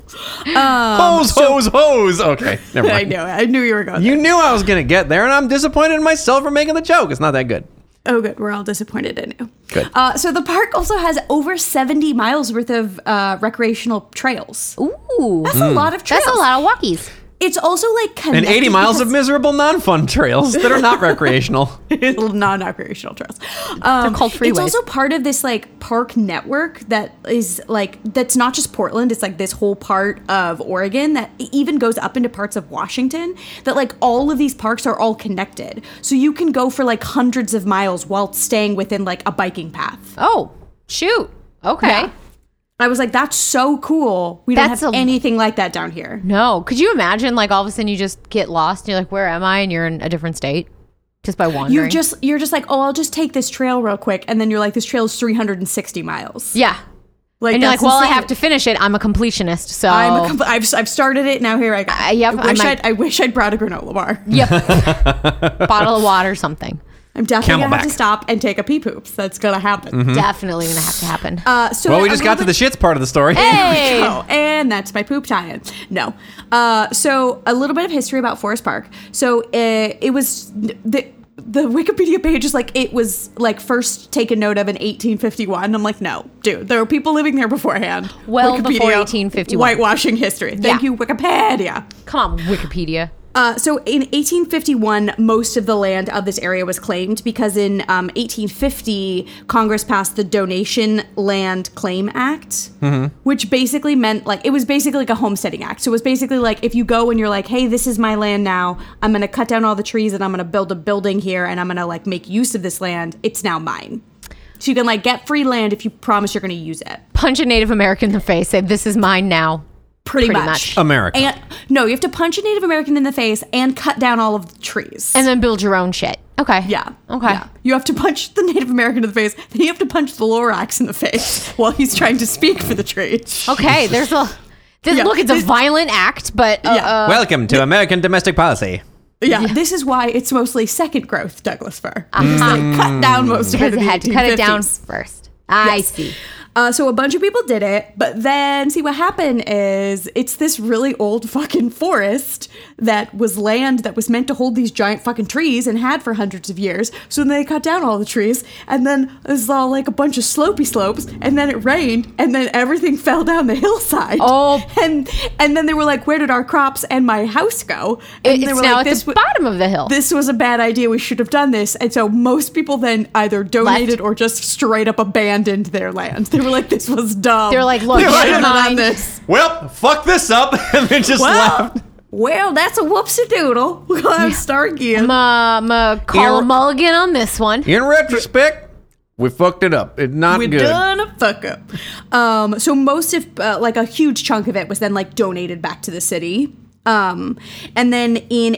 [SPEAKER 2] Hose hose hose! Okay, never
[SPEAKER 1] I
[SPEAKER 2] mind.
[SPEAKER 1] know. I knew you were going.
[SPEAKER 2] You knew I was gonna get there, and I'm disappointed in myself for making the joke. It's not that good.
[SPEAKER 1] Oh, good. We're all disappointed in you.
[SPEAKER 2] Good.
[SPEAKER 1] Uh, so the park also has over 70 miles worth of uh, recreational trails.
[SPEAKER 3] Ooh.
[SPEAKER 2] Mm.
[SPEAKER 1] That's a lot of trails.
[SPEAKER 3] That's a lot of walkies.
[SPEAKER 1] It's also like
[SPEAKER 2] And
[SPEAKER 1] connected
[SPEAKER 2] 80 miles of
[SPEAKER 1] because-
[SPEAKER 2] miserable non-fun trails that are not recreational.
[SPEAKER 1] non-operational trails. Um,
[SPEAKER 3] They're called freeways.
[SPEAKER 1] It's also part of this like park network that is like that's not just Portland. It's like this whole part of Oregon that e-, even goes up into parts of Washington. That like all of these parks are all connected, so you can go for like hundreds of miles while staying within like a biking path.
[SPEAKER 3] Oh, shoot. Okay.
[SPEAKER 1] Yeah. I was like, that's so cool. We
[SPEAKER 3] That's
[SPEAKER 1] don't have
[SPEAKER 3] a-
[SPEAKER 1] anything like that down here.
[SPEAKER 3] No. Could you imagine, like, all of a sudden you just get lost and you're like, where am I? And you're in a different state just by wandering.
[SPEAKER 1] You're just you're just like, oh, I'll just take this trail real quick, and then you're like, this trail is 360 miles.
[SPEAKER 3] Yeah.
[SPEAKER 1] Like,
[SPEAKER 3] And you're like,
[SPEAKER 1] that's
[SPEAKER 3] well, I
[SPEAKER 1] insane.
[SPEAKER 3] have to finish it. I'm a completionist. So.
[SPEAKER 1] I'm a compl- I've, I've started it now. Here I go.
[SPEAKER 3] Uh, yep,
[SPEAKER 1] I wish
[SPEAKER 3] I
[SPEAKER 1] I
[SPEAKER 3] might-
[SPEAKER 1] would I wish I'd brought a granola bar.
[SPEAKER 3] Yep. Bottle of water, something.
[SPEAKER 1] I'm definitely gonna have to
[SPEAKER 2] Camelback. Mm-hmm.
[SPEAKER 1] stop and take a pee poops. That's gonna happen.
[SPEAKER 2] Hmm.
[SPEAKER 3] Definitely gonna have to happen.
[SPEAKER 1] Uh, so
[SPEAKER 2] Well, we
[SPEAKER 1] a
[SPEAKER 2] just got to
[SPEAKER 1] little
[SPEAKER 2] the
[SPEAKER 1] bit-
[SPEAKER 2] shits part of the story.
[SPEAKER 3] hey,
[SPEAKER 1] Oh, and that's my poop tie-in. No. Uh, so a little bit of history about Forest Park. So eh, it, it was the the Wikipedia page is like it was like first taken note of in 1851. I'm like, no, dude, there were people living there beforehand.
[SPEAKER 3] Well before 1851.
[SPEAKER 1] Whitewashing history. Thank
[SPEAKER 3] Yeah.
[SPEAKER 1] you, Wikipedia.
[SPEAKER 3] come on, Wikipedia.
[SPEAKER 1] Uh, so in 1851, most of the land of this area was claimed because in um, 1850, Congress passed the Donation Land Claim Act, which basically meant like it was basically like a homesteading act. So it was basically like if you go and you're like, hey, this is my land now, I'm going to cut down all the trees and I'm going to build a building here and I'm going to like make use of this land, it's now mine. So you can like get free land if you promise you're going to use it.
[SPEAKER 3] Punch a Native American in the face. Say, "This is mine now."
[SPEAKER 1] Pretty,
[SPEAKER 3] Pretty
[SPEAKER 1] much.
[SPEAKER 3] much.
[SPEAKER 2] America.
[SPEAKER 1] And, no, you have to punch a Native American in the face and cut down all of the trees.
[SPEAKER 3] and then build your own shit. Okay.
[SPEAKER 1] Yeah.
[SPEAKER 3] Okay.
[SPEAKER 1] Yeah. You have to punch the Native American in the face, then you have to punch the Lorax in the face while he's trying to speak for the tree.
[SPEAKER 3] Okay. There's a. This,
[SPEAKER 1] Yeah.
[SPEAKER 3] Look, it's a
[SPEAKER 1] This-
[SPEAKER 3] violent act, but uh,
[SPEAKER 1] Yeah.
[SPEAKER 3] uh,
[SPEAKER 2] Welcome to American domestic policy.
[SPEAKER 1] Yeah, this is why it's mostly second growth Douglas fir. It's like
[SPEAKER 2] mm.
[SPEAKER 1] cut down most of it.
[SPEAKER 3] because
[SPEAKER 1] in
[SPEAKER 3] it
[SPEAKER 1] the
[SPEAKER 3] had to Ah. cut it down
[SPEAKER 1] 1850s.
[SPEAKER 3] first. I see.
[SPEAKER 1] Uh, so a bunch of people did it, but then see what happened is it's this really old fucking forest that was land that was meant to hold these giant fucking trees and had for hundreds of years. So then they cut down all the trees, and then it was all like a bunch of slopey slopes, and then it rained, and then everything fell down the hillside.
[SPEAKER 3] Oh.
[SPEAKER 1] and and then they were like, "Where did our crops and my house go?"
[SPEAKER 3] It-
[SPEAKER 1] And they
[SPEAKER 3] it's
[SPEAKER 1] were
[SPEAKER 3] now
[SPEAKER 1] like,
[SPEAKER 3] at
[SPEAKER 1] "This
[SPEAKER 3] the
[SPEAKER 1] w-
[SPEAKER 3] bottom of the hill.
[SPEAKER 1] this was a bad idea. We should have done this. And so most people then either donated
[SPEAKER 3] Left.
[SPEAKER 1] or just straight up abandoned their land. They were like, this was dumb.
[SPEAKER 3] They're like, look,
[SPEAKER 1] we
[SPEAKER 3] never
[SPEAKER 1] should have done
[SPEAKER 3] mind.
[SPEAKER 1] this.
[SPEAKER 2] Well, fuck this up, and then just
[SPEAKER 1] Well,
[SPEAKER 2] left.
[SPEAKER 1] well, that's a whoopsie doodle. We're going to have to start again.
[SPEAKER 3] Ma, ma, call
[SPEAKER 2] Ear-
[SPEAKER 3] Mulligan on this one.
[SPEAKER 2] In retrospect, we fucked it up. It's not
[SPEAKER 1] We're
[SPEAKER 2] good.
[SPEAKER 1] done a fuck up. Um, so most of, uh, like a huge chunk of it was then like donated back to the city. Um, and then in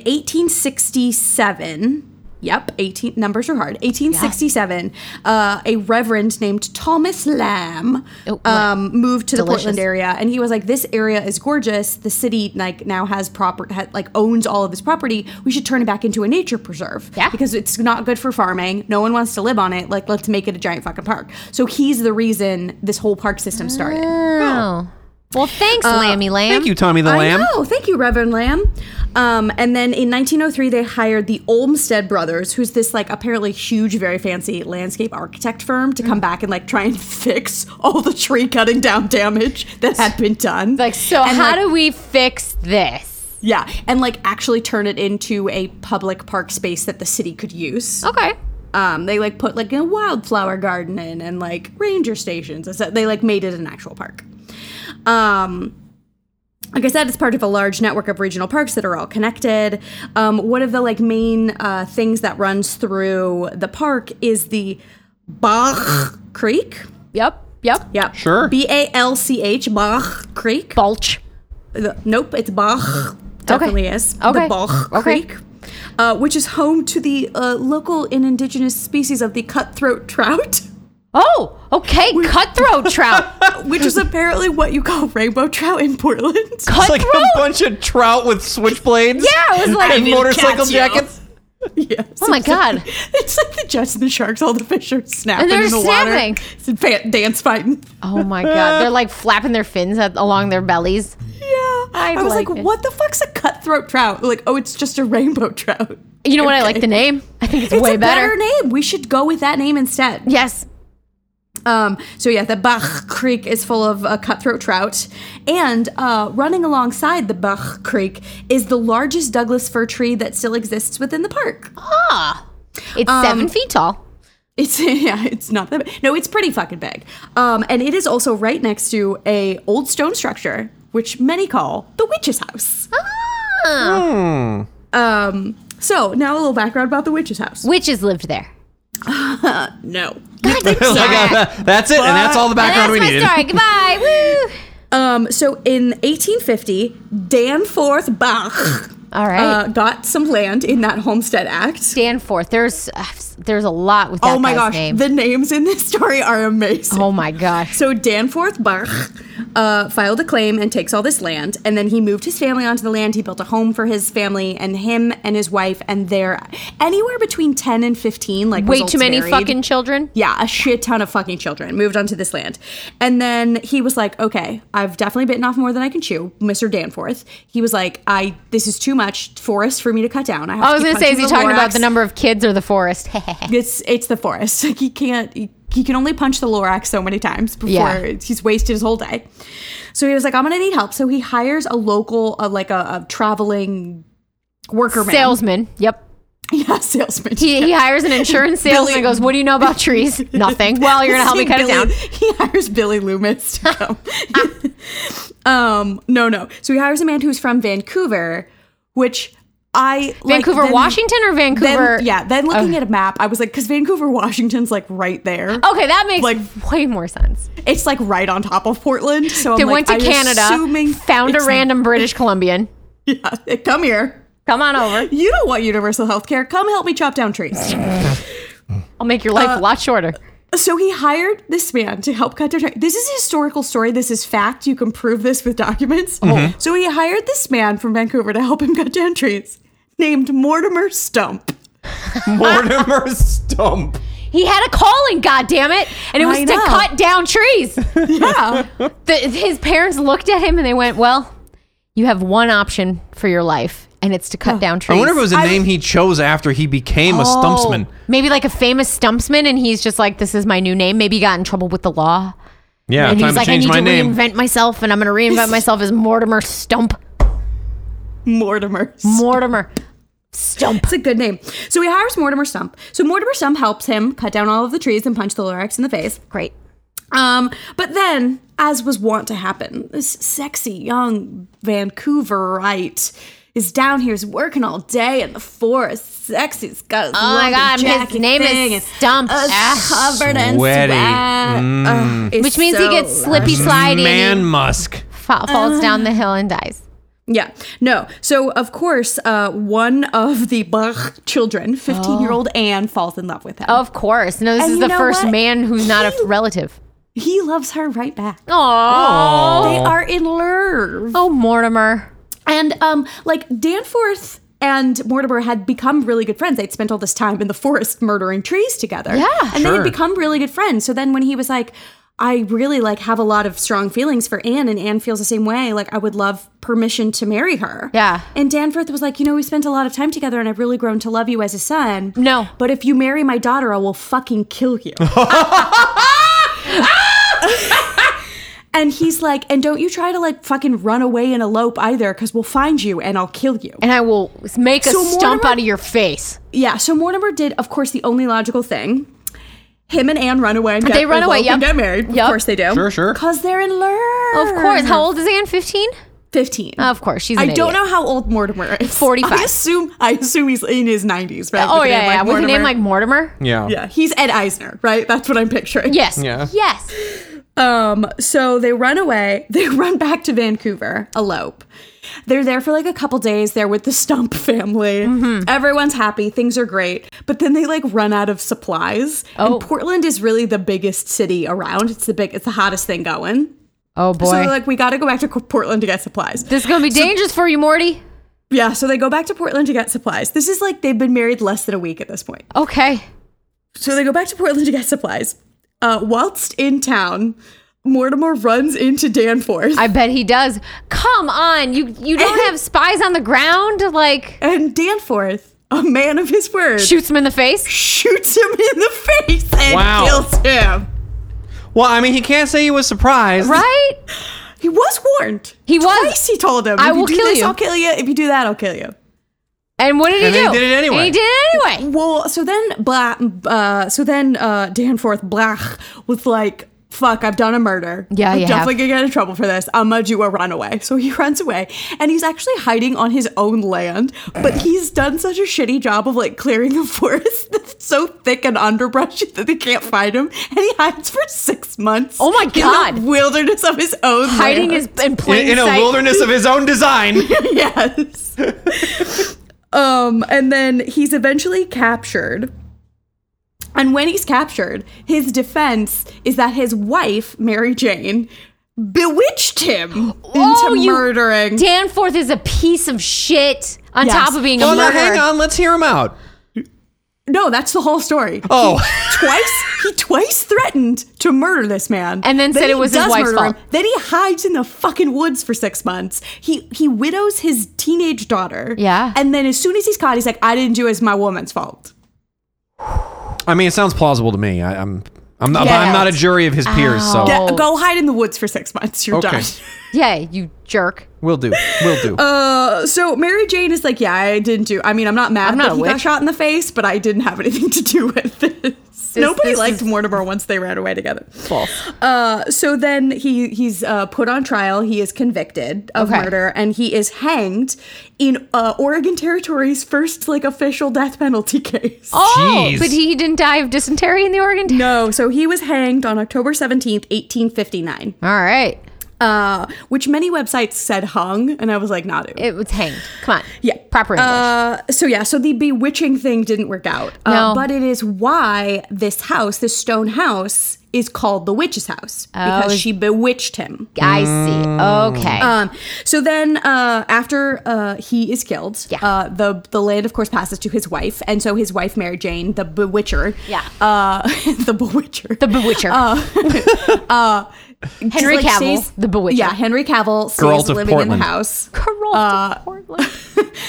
[SPEAKER 1] 1867, yep, 18 numbers are hard. 1867, uh, a reverend named Thomas Lamb
[SPEAKER 3] Oh, wow.
[SPEAKER 1] um, moved to
[SPEAKER 3] Delicious.
[SPEAKER 1] the Portland area, and he was like, "This area is gorgeous. The city like now has proper ha- like owns all of this property. We should turn it back into a nature preserve.
[SPEAKER 3] Yeah.
[SPEAKER 1] because it's not good for farming. No one wants to live on it. Like, let's make it a giant fucking park." So he's the reason this whole park system started.
[SPEAKER 3] Oh. Well, thanks,
[SPEAKER 1] Uh,
[SPEAKER 3] Lammy Lamb.
[SPEAKER 2] Thank you, Tommy the Lamb.
[SPEAKER 1] Oh, thank you, Reverend Lamb. Um, and then in 1903, they hired the Olmsted Brothers, who's this like apparently huge, very fancy landscape architect firm, to come
[SPEAKER 3] Mm.
[SPEAKER 1] back and like try and fix all the tree cutting down damage that had been done.
[SPEAKER 3] Like, so
[SPEAKER 1] And,
[SPEAKER 3] how
[SPEAKER 1] like,
[SPEAKER 3] do we fix this?
[SPEAKER 1] yeah, and like actually turn it into a public park space that the city could use.
[SPEAKER 3] Okay.
[SPEAKER 1] Um, they like put like a wildflower garden in and like ranger stations. It's- They like made it an actual park. Um, like I said, it's part of a large network of regional parks that are all connected. Um, one of the like main uh, things that runs through the park is the Bach Creek.
[SPEAKER 3] Yep. Yep.
[SPEAKER 1] Yeah,
[SPEAKER 2] Sure.
[SPEAKER 1] B A L C H Bach Creek.
[SPEAKER 3] Bulch.
[SPEAKER 1] The- nope, it's Bach. Definitely is.
[SPEAKER 3] Okay.
[SPEAKER 1] The Bach
[SPEAKER 3] Okay.
[SPEAKER 1] Creek, uh, which is home to the uh, local and indigenous species of the cutthroat trout,
[SPEAKER 3] Oh, okay. Cutthroat trout.
[SPEAKER 1] which is apparently what you call rainbow trout in Portland.
[SPEAKER 2] It's like
[SPEAKER 3] Cutthroat.
[SPEAKER 2] a bunch of trout with switchblades.
[SPEAKER 3] Yeah, it was like-
[SPEAKER 2] and
[SPEAKER 3] I
[SPEAKER 2] motorcycle
[SPEAKER 1] didn't catch you.
[SPEAKER 2] jackets.
[SPEAKER 1] yes.
[SPEAKER 3] Oh my God.
[SPEAKER 1] It's like the jets and the sharks, all the fish are snapping
[SPEAKER 3] they're
[SPEAKER 1] in the
[SPEAKER 3] snapping.
[SPEAKER 1] water. It's a fa- dance fighting.
[SPEAKER 3] oh my god. They're like flapping their fins at, along their bellies.
[SPEAKER 1] Yeah. I, was like,
[SPEAKER 3] like it.
[SPEAKER 1] what the fuck's a cutthroat trout? Like, oh, it's just a rainbow trout.
[SPEAKER 3] You know what? I like
[SPEAKER 1] Okay.
[SPEAKER 3] the name. I think it's,
[SPEAKER 1] It's
[SPEAKER 3] way
[SPEAKER 1] a
[SPEAKER 3] better.
[SPEAKER 1] better name. We should go with that name instead.
[SPEAKER 3] Yes.
[SPEAKER 1] Um, so yeah, the Bach Creek is full of uh, cutthroat trout, and uh, running alongside the Bach Creek is the largest Douglas fir tree that still exists within the park.
[SPEAKER 3] Ah. It's
[SPEAKER 1] Um,
[SPEAKER 3] seven feet tall.
[SPEAKER 1] It's yeah, it's not that no, it's pretty fucking big. Um, and it is also right next to a old stone structure, which many call the witch's house.
[SPEAKER 3] Ah.
[SPEAKER 1] Um, so now a little background about the witch's house.
[SPEAKER 3] Witches lived there.
[SPEAKER 1] No,
[SPEAKER 2] It's like, uh, that's it, and that's all the background
[SPEAKER 3] And
[SPEAKER 2] we
[SPEAKER 3] that's my
[SPEAKER 2] needed.
[SPEAKER 3] story. Goodbye. Woo.
[SPEAKER 1] Um, so in 1850, Danforth Bach
[SPEAKER 3] All right.
[SPEAKER 1] Uh, got some land in that Homestead Act.
[SPEAKER 3] Danforth. There's uh, there's a lot with that
[SPEAKER 1] oh my
[SPEAKER 3] guy's
[SPEAKER 1] gosh,
[SPEAKER 3] name.
[SPEAKER 1] the names in this story are amazing.
[SPEAKER 3] oh my gosh.
[SPEAKER 1] So Danforth Bach uh, filed a claim and takes all this land, and then he moved his family onto the land. He built a home for his family and him and his wife, and they're anywhere between ten and fifteen. Like
[SPEAKER 3] Way
[SPEAKER 1] results
[SPEAKER 3] too many
[SPEAKER 1] varied.
[SPEAKER 3] fucking children.
[SPEAKER 1] Yeah, a shit ton of fucking children moved onto this land. And then he was like, okay, I've definitely bitten off more than I can chew, Mr. Danforth. He was like, I this is too much forest for me to cut down. have
[SPEAKER 3] I
[SPEAKER 1] to
[SPEAKER 3] was
[SPEAKER 1] keep
[SPEAKER 3] gonna say, is
[SPEAKER 1] punching
[SPEAKER 3] he talking about
[SPEAKER 1] Lorax."
[SPEAKER 3] the number of kids or the forest?
[SPEAKER 1] It's it's the forest. Like he can't he, he can only punch the Lorax so many times before
[SPEAKER 3] Yeah.
[SPEAKER 1] he's wasted his whole day. So he was like, I'm gonna need help. So he hires a local, uh, like a, a traveling worker man,
[SPEAKER 3] Salesman. Yep.
[SPEAKER 1] yeah, salesman.
[SPEAKER 3] He, he hires an insurance salesman and
[SPEAKER 1] Billy-
[SPEAKER 3] goes, What do you know about trees? Nothing. Well, you're going to help me cut
[SPEAKER 1] Billy-
[SPEAKER 3] it down.
[SPEAKER 1] He hires Billy Loomis to come. um, no, no. So he hires a man who's from Vancouver, which I like,
[SPEAKER 3] Vancouver,
[SPEAKER 1] then-
[SPEAKER 3] Washington, or
[SPEAKER 1] then-
[SPEAKER 3] Vancouver?
[SPEAKER 1] yeah. Then looking at a map, I was like, because Vancouver, Washington's like right there.
[SPEAKER 3] Okay, that makes
[SPEAKER 1] Like-
[SPEAKER 3] way more sense.
[SPEAKER 1] It's like right on top of Portland. So
[SPEAKER 3] They
[SPEAKER 1] I'm
[SPEAKER 3] went to
[SPEAKER 1] like, I'm
[SPEAKER 3] Canada,
[SPEAKER 1] assuming
[SPEAKER 3] found a
[SPEAKER 1] it's-
[SPEAKER 3] random British Columbian.
[SPEAKER 1] Yeah, come here.
[SPEAKER 3] Come on over.
[SPEAKER 1] You don't want universal health care. Come help me chop down trees.
[SPEAKER 3] I'll make your
[SPEAKER 1] Uh,
[SPEAKER 3] life a lot shorter.
[SPEAKER 1] So he hired this man to help cut their tree. This is a historical story. This is fact. You can prove this with documents. So he hired this man from Vancouver to help him cut down trees, named Mortimer Stump.
[SPEAKER 3] Uh,
[SPEAKER 2] Mortimer Stump.
[SPEAKER 3] He had a calling, God damn it, and it was
[SPEAKER 1] I
[SPEAKER 3] to
[SPEAKER 1] know.
[SPEAKER 3] cut down trees.
[SPEAKER 1] Yeah,
[SPEAKER 3] The, his parents looked at him and they went, "Well, you have one option for your life, and it's to cut down trees."
[SPEAKER 2] I wonder if it was a
[SPEAKER 1] I-
[SPEAKER 2] name he chose after he became a stumpsman.
[SPEAKER 3] Oh, maybe like a famous stumpsman, and he's just like, "This is my new name." Maybe he got in trouble with the law,
[SPEAKER 2] Yeah,
[SPEAKER 3] and he
[SPEAKER 2] time
[SPEAKER 3] was
[SPEAKER 2] to
[SPEAKER 3] like, "I
[SPEAKER 2] change
[SPEAKER 3] need
[SPEAKER 2] my
[SPEAKER 3] to
[SPEAKER 2] name.
[SPEAKER 3] reinvent myself, and I'm going to reinvent myself as Mortimer Stump,
[SPEAKER 1] Mortimer.
[SPEAKER 3] Mortimer Stump."
[SPEAKER 1] It's a good name. So he hires Mortimer Stump. So Mortimer Stump helps him cut down all of the trees and punch the Lorax in the face.
[SPEAKER 3] Great.
[SPEAKER 1] Um, but then, as was wont to happen, this sexy young Vancouverite is down here, is working all day in the forest. Sexy, he's got his
[SPEAKER 3] Oh my God, his name is Stump.
[SPEAKER 1] uh,
[SPEAKER 3] Ah,
[SPEAKER 1] covered in
[SPEAKER 2] sweaty.
[SPEAKER 1] sweat. Ugh, it's
[SPEAKER 3] Which means he
[SPEAKER 1] so
[SPEAKER 3] gets slippy slidey
[SPEAKER 2] Man
[SPEAKER 3] and he
[SPEAKER 2] Musk.
[SPEAKER 3] fa- falls down the hill and dies.
[SPEAKER 1] Yeah. No. So, of course, uh, one of the Bach children, 15 year
[SPEAKER 3] Oh.
[SPEAKER 1] old Anne, falls in love with him.
[SPEAKER 3] Of course. No, this
[SPEAKER 1] And
[SPEAKER 3] is
[SPEAKER 1] you
[SPEAKER 3] the
[SPEAKER 1] know
[SPEAKER 3] first
[SPEAKER 1] what?
[SPEAKER 3] man who's not a
[SPEAKER 1] He-
[SPEAKER 3] relative.
[SPEAKER 1] He loves her right back.
[SPEAKER 3] Oh.
[SPEAKER 1] They are in love.
[SPEAKER 3] Oh, Mortimer.
[SPEAKER 1] And um, like Danforth and Mortimer had become really good friends. They'd spent all this time in the forest murdering trees together.
[SPEAKER 3] Yeah.
[SPEAKER 1] and they
[SPEAKER 2] Sure.
[SPEAKER 1] had become really good friends. So then when he was like, I really like have a lot of strong feelings for Anne, and Anne feels the same way. Like I would love permission to marry her.
[SPEAKER 3] Yeah.
[SPEAKER 1] And Danforth was like, you know, we spent a lot of time together, and I've really grown to love you as a son.
[SPEAKER 3] No.
[SPEAKER 1] But if you marry my daughter, I will fucking kill you. And he's like, and don't you try to like fucking run away and elope either, because we'll find you and I'll kill you.
[SPEAKER 3] And I will make a
[SPEAKER 1] So
[SPEAKER 3] stump
[SPEAKER 1] Mortimer-
[SPEAKER 3] out of your face.
[SPEAKER 1] Yeah, so Mortimer did, of course, the only logical thing. Him and Anne run away and get,
[SPEAKER 3] They run away,
[SPEAKER 1] elope and
[SPEAKER 3] yep.
[SPEAKER 1] get married.
[SPEAKER 3] Yep.
[SPEAKER 1] Of course they do.
[SPEAKER 2] Sure, sure.
[SPEAKER 1] Because they're in love.
[SPEAKER 3] Of course. How old is Anne? 15?
[SPEAKER 1] 15.
[SPEAKER 3] Of course. She's an
[SPEAKER 1] I don't
[SPEAKER 3] idiot.
[SPEAKER 1] know how old Mortimer is.
[SPEAKER 3] 45.
[SPEAKER 1] I assume, I assume he's in his 90s, right?
[SPEAKER 3] Oh,
[SPEAKER 1] With a
[SPEAKER 3] yeah,
[SPEAKER 1] name
[SPEAKER 3] yeah.
[SPEAKER 1] like
[SPEAKER 3] With a
[SPEAKER 1] Mortimer.
[SPEAKER 3] name like Mortimer?
[SPEAKER 2] Yeah.
[SPEAKER 1] Yeah, he's Ed Eisner, right? That's what I'm picturing.
[SPEAKER 3] Yes.
[SPEAKER 2] Yeah.
[SPEAKER 3] Yes.
[SPEAKER 1] Um, so they run away. They run back to Vancouver, elope. They're there for like a couple days. They're with the Stump family.
[SPEAKER 3] Mm-hmm.
[SPEAKER 1] Everyone's happy. Things are great. But then they like run out of supplies.
[SPEAKER 3] Oh.
[SPEAKER 1] And Portland is really the biggest city around. It's the big. It's the hottest thing going.
[SPEAKER 3] Oh, boy.
[SPEAKER 1] So they're like, we got to go back to Co- Portland to get supplies.
[SPEAKER 3] this is going to be dangerous for you, Morty.
[SPEAKER 1] yeah. So they go back to Portland to get supplies. This is like they've been married less than a week at this point.
[SPEAKER 3] Okay.
[SPEAKER 1] So they go back to Portland to get supplies. Uh, whilst in town, Mortimer runs into Danforth.
[SPEAKER 3] I bet he does. Come on. You you don't have spies on the ground? Like,
[SPEAKER 1] And Danforth, a man of his word,
[SPEAKER 3] shoots him in the face?
[SPEAKER 1] shoots him in the face and
[SPEAKER 2] Wow.
[SPEAKER 1] kills him.
[SPEAKER 2] Well, I mean, he can't say he was surprised.
[SPEAKER 3] Right?
[SPEAKER 1] He was warned.
[SPEAKER 3] He was.
[SPEAKER 1] Twice he told him.
[SPEAKER 3] I
[SPEAKER 1] if
[SPEAKER 3] will
[SPEAKER 1] you do
[SPEAKER 3] kill
[SPEAKER 1] this,
[SPEAKER 3] you."
[SPEAKER 1] I'll kill you. If you do that, I'll kill you.
[SPEAKER 3] And what did he
[SPEAKER 2] And
[SPEAKER 3] do?
[SPEAKER 2] he did it anyway.
[SPEAKER 3] And he did it anyway.
[SPEAKER 1] Well, so then, blah, uh, so then uh, Danforth Blach was like, "Fuck, I've done a murder.
[SPEAKER 3] Yeah,
[SPEAKER 1] I'm
[SPEAKER 3] you
[SPEAKER 1] definitely gonna get in trouble for this. I'm gonna do a runaway." So he runs away, and he's actually hiding on his own land, but he's done such a shitty job of like clearing the forest that so thick an underbrush that they can't find him, and he hides for six months.
[SPEAKER 3] Oh my
[SPEAKER 1] in the
[SPEAKER 3] God.
[SPEAKER 1] wilderness of his own,
[SPEAKER 3] Hiding
[SPEAKER 1] land.
[SPEAKER 3] is in plain
[SPEAKER 2] in, in a
[SPEAKER 3] sight.
[SPEAKER 2] wilderness of his own design.
[SPEAKER 1] yes. um, and then he's eventually captured. And when he's captured, his defense is that his wife, Mary Jane, bewitched him
[SPEAKER 3] Oh,
[SPEAKER 1] into
[SPEAKER 3] you-
[SPEAKER 1] murdering.
[SPEAKER 3] Danforth is a piece of shit. On
[SPEAKER 1] Yes.
[SPEAKER 3] top of being a
[SPEAKER 2] well, now
[SPEAKER 3] murderer.
[SPEAKER 2] hang on, let's hear him out.
[SPEAKER 1] no, that's the whole story.
[SPEAKER 2] Oh,
[SPEAKER 1] twice he twice threatened to murder this man
[SPEAKER 3] And then said
[SPEAKER 1] he
[SPEAKER 3] it was his
[SPEAKER 1] does
[SPEAKER 3] wife's
[SPEAKER 1] murder him.
[SPEAKER 3] fault.
[SPEAKER 1] then he hides in the fucking woods for six months he he widows his teenage daughter
[SPEAKER 3] Yeah.
[SPEAKER 1] and then as soon as he's caught he's like i didn't do it it's my woman's fault
[SPEAKER 2] I mean, it sounds plausible to me. I, I'm, I'm not,
[SPEAKER 3] Yeah.
[SPEAKER 2] I'm not a jury of his peers, so
[SPEAKER 3] Ow.
[SPEAKER 1] Get-
[SPEAKER 3] Oh.
[SPEAKER 1] go hide in the woods for six months you're
[SPEAKER 2] Okay.
[SPEAKER 1] done
[SPEAKER 3] Yeah, you jerk.
[SPEAKER 2] we'll do, we'll do.
[SPEAKER 1] uh, so mary jane is like yeah i didn't do i mean i'm not mad
[SPEAKER 3] I'm
[SPEAKER 1] that
[SPEAKER 3] not a
[SPEAKER 1] he got
[SPEAKER 3] witch.
[SPEAKER 1] shot in the face but i didn't have anything to do with this, nobody
[SPEAKER 3] this
[SPEAKER 1] liked
[SPEAKER 3] is-
[SPEAKER 1] mortimer once they ran away together
[SPEAKER 3] False.
[SPEAKER 1] Uh, so then he he's uh, put on trial. He is convicted of
[SPEAKER 3] Okay.
[SPEAKER 1] murder, and he is hanged in uh, Oregon Territory's first like official death penalty case.
[SPEAKER 3] Oh,
[SPEAKER 2] Jeez.
[SPEAKER 3] but he didn't die of dysentery in the Oregon. All
[SPEAKER 1] No, so he was hanged on October seventeenth, eighteen fifty nine,
[SPEAKER 3] right,
[SPEAKER 1] uh, which many websites said hung, and I was like, nah, dude.
[SPEAKER 3] it was hanged. Come on.
[SPEAKER 1] Yeah.
[SPEAKER 3] proper English.
[SPEAKER 1] Uh, so yeah, so the bewitching thing didn't work out.
[SPEAKER 3] No.
[SPEAKER 1] Uh, but it is why this house, this stone house, is called the witch's house because
[SPEAKER 3] Oh.
[SPEAKER 1] she bewitched him.
[SPEAKER 3] I see. Okay.
[SPEAKER 1] Um, so then, uh, after uh, he is killed,
[SPEAKER 3] Yeah.
[SPEAKER 1] uh, the the land, of course, passes to his wife, and so his wife, Mary Jane, the bewitcher,
[SPEAKER 3] Yeah.
[SPEAKER 1] uh, the bewitcher,
[SPEAKER 3] the Bewitcher. Henry
[SPEAKER 1] like,
[SPEAKER 3] Cavill,
[SPEAKER 1] stays-
[SPEAKER 3] the Bewitcher.
[SPEAKER 1] yeah, Henry Cavill stays
[SPEAKER 2] Geralt of
[SPEAKER 1] living in
[SPEAKER 2] Portland.
[SPEAKER 1] the house,
[SPEAKER 3] Geralt of Portland.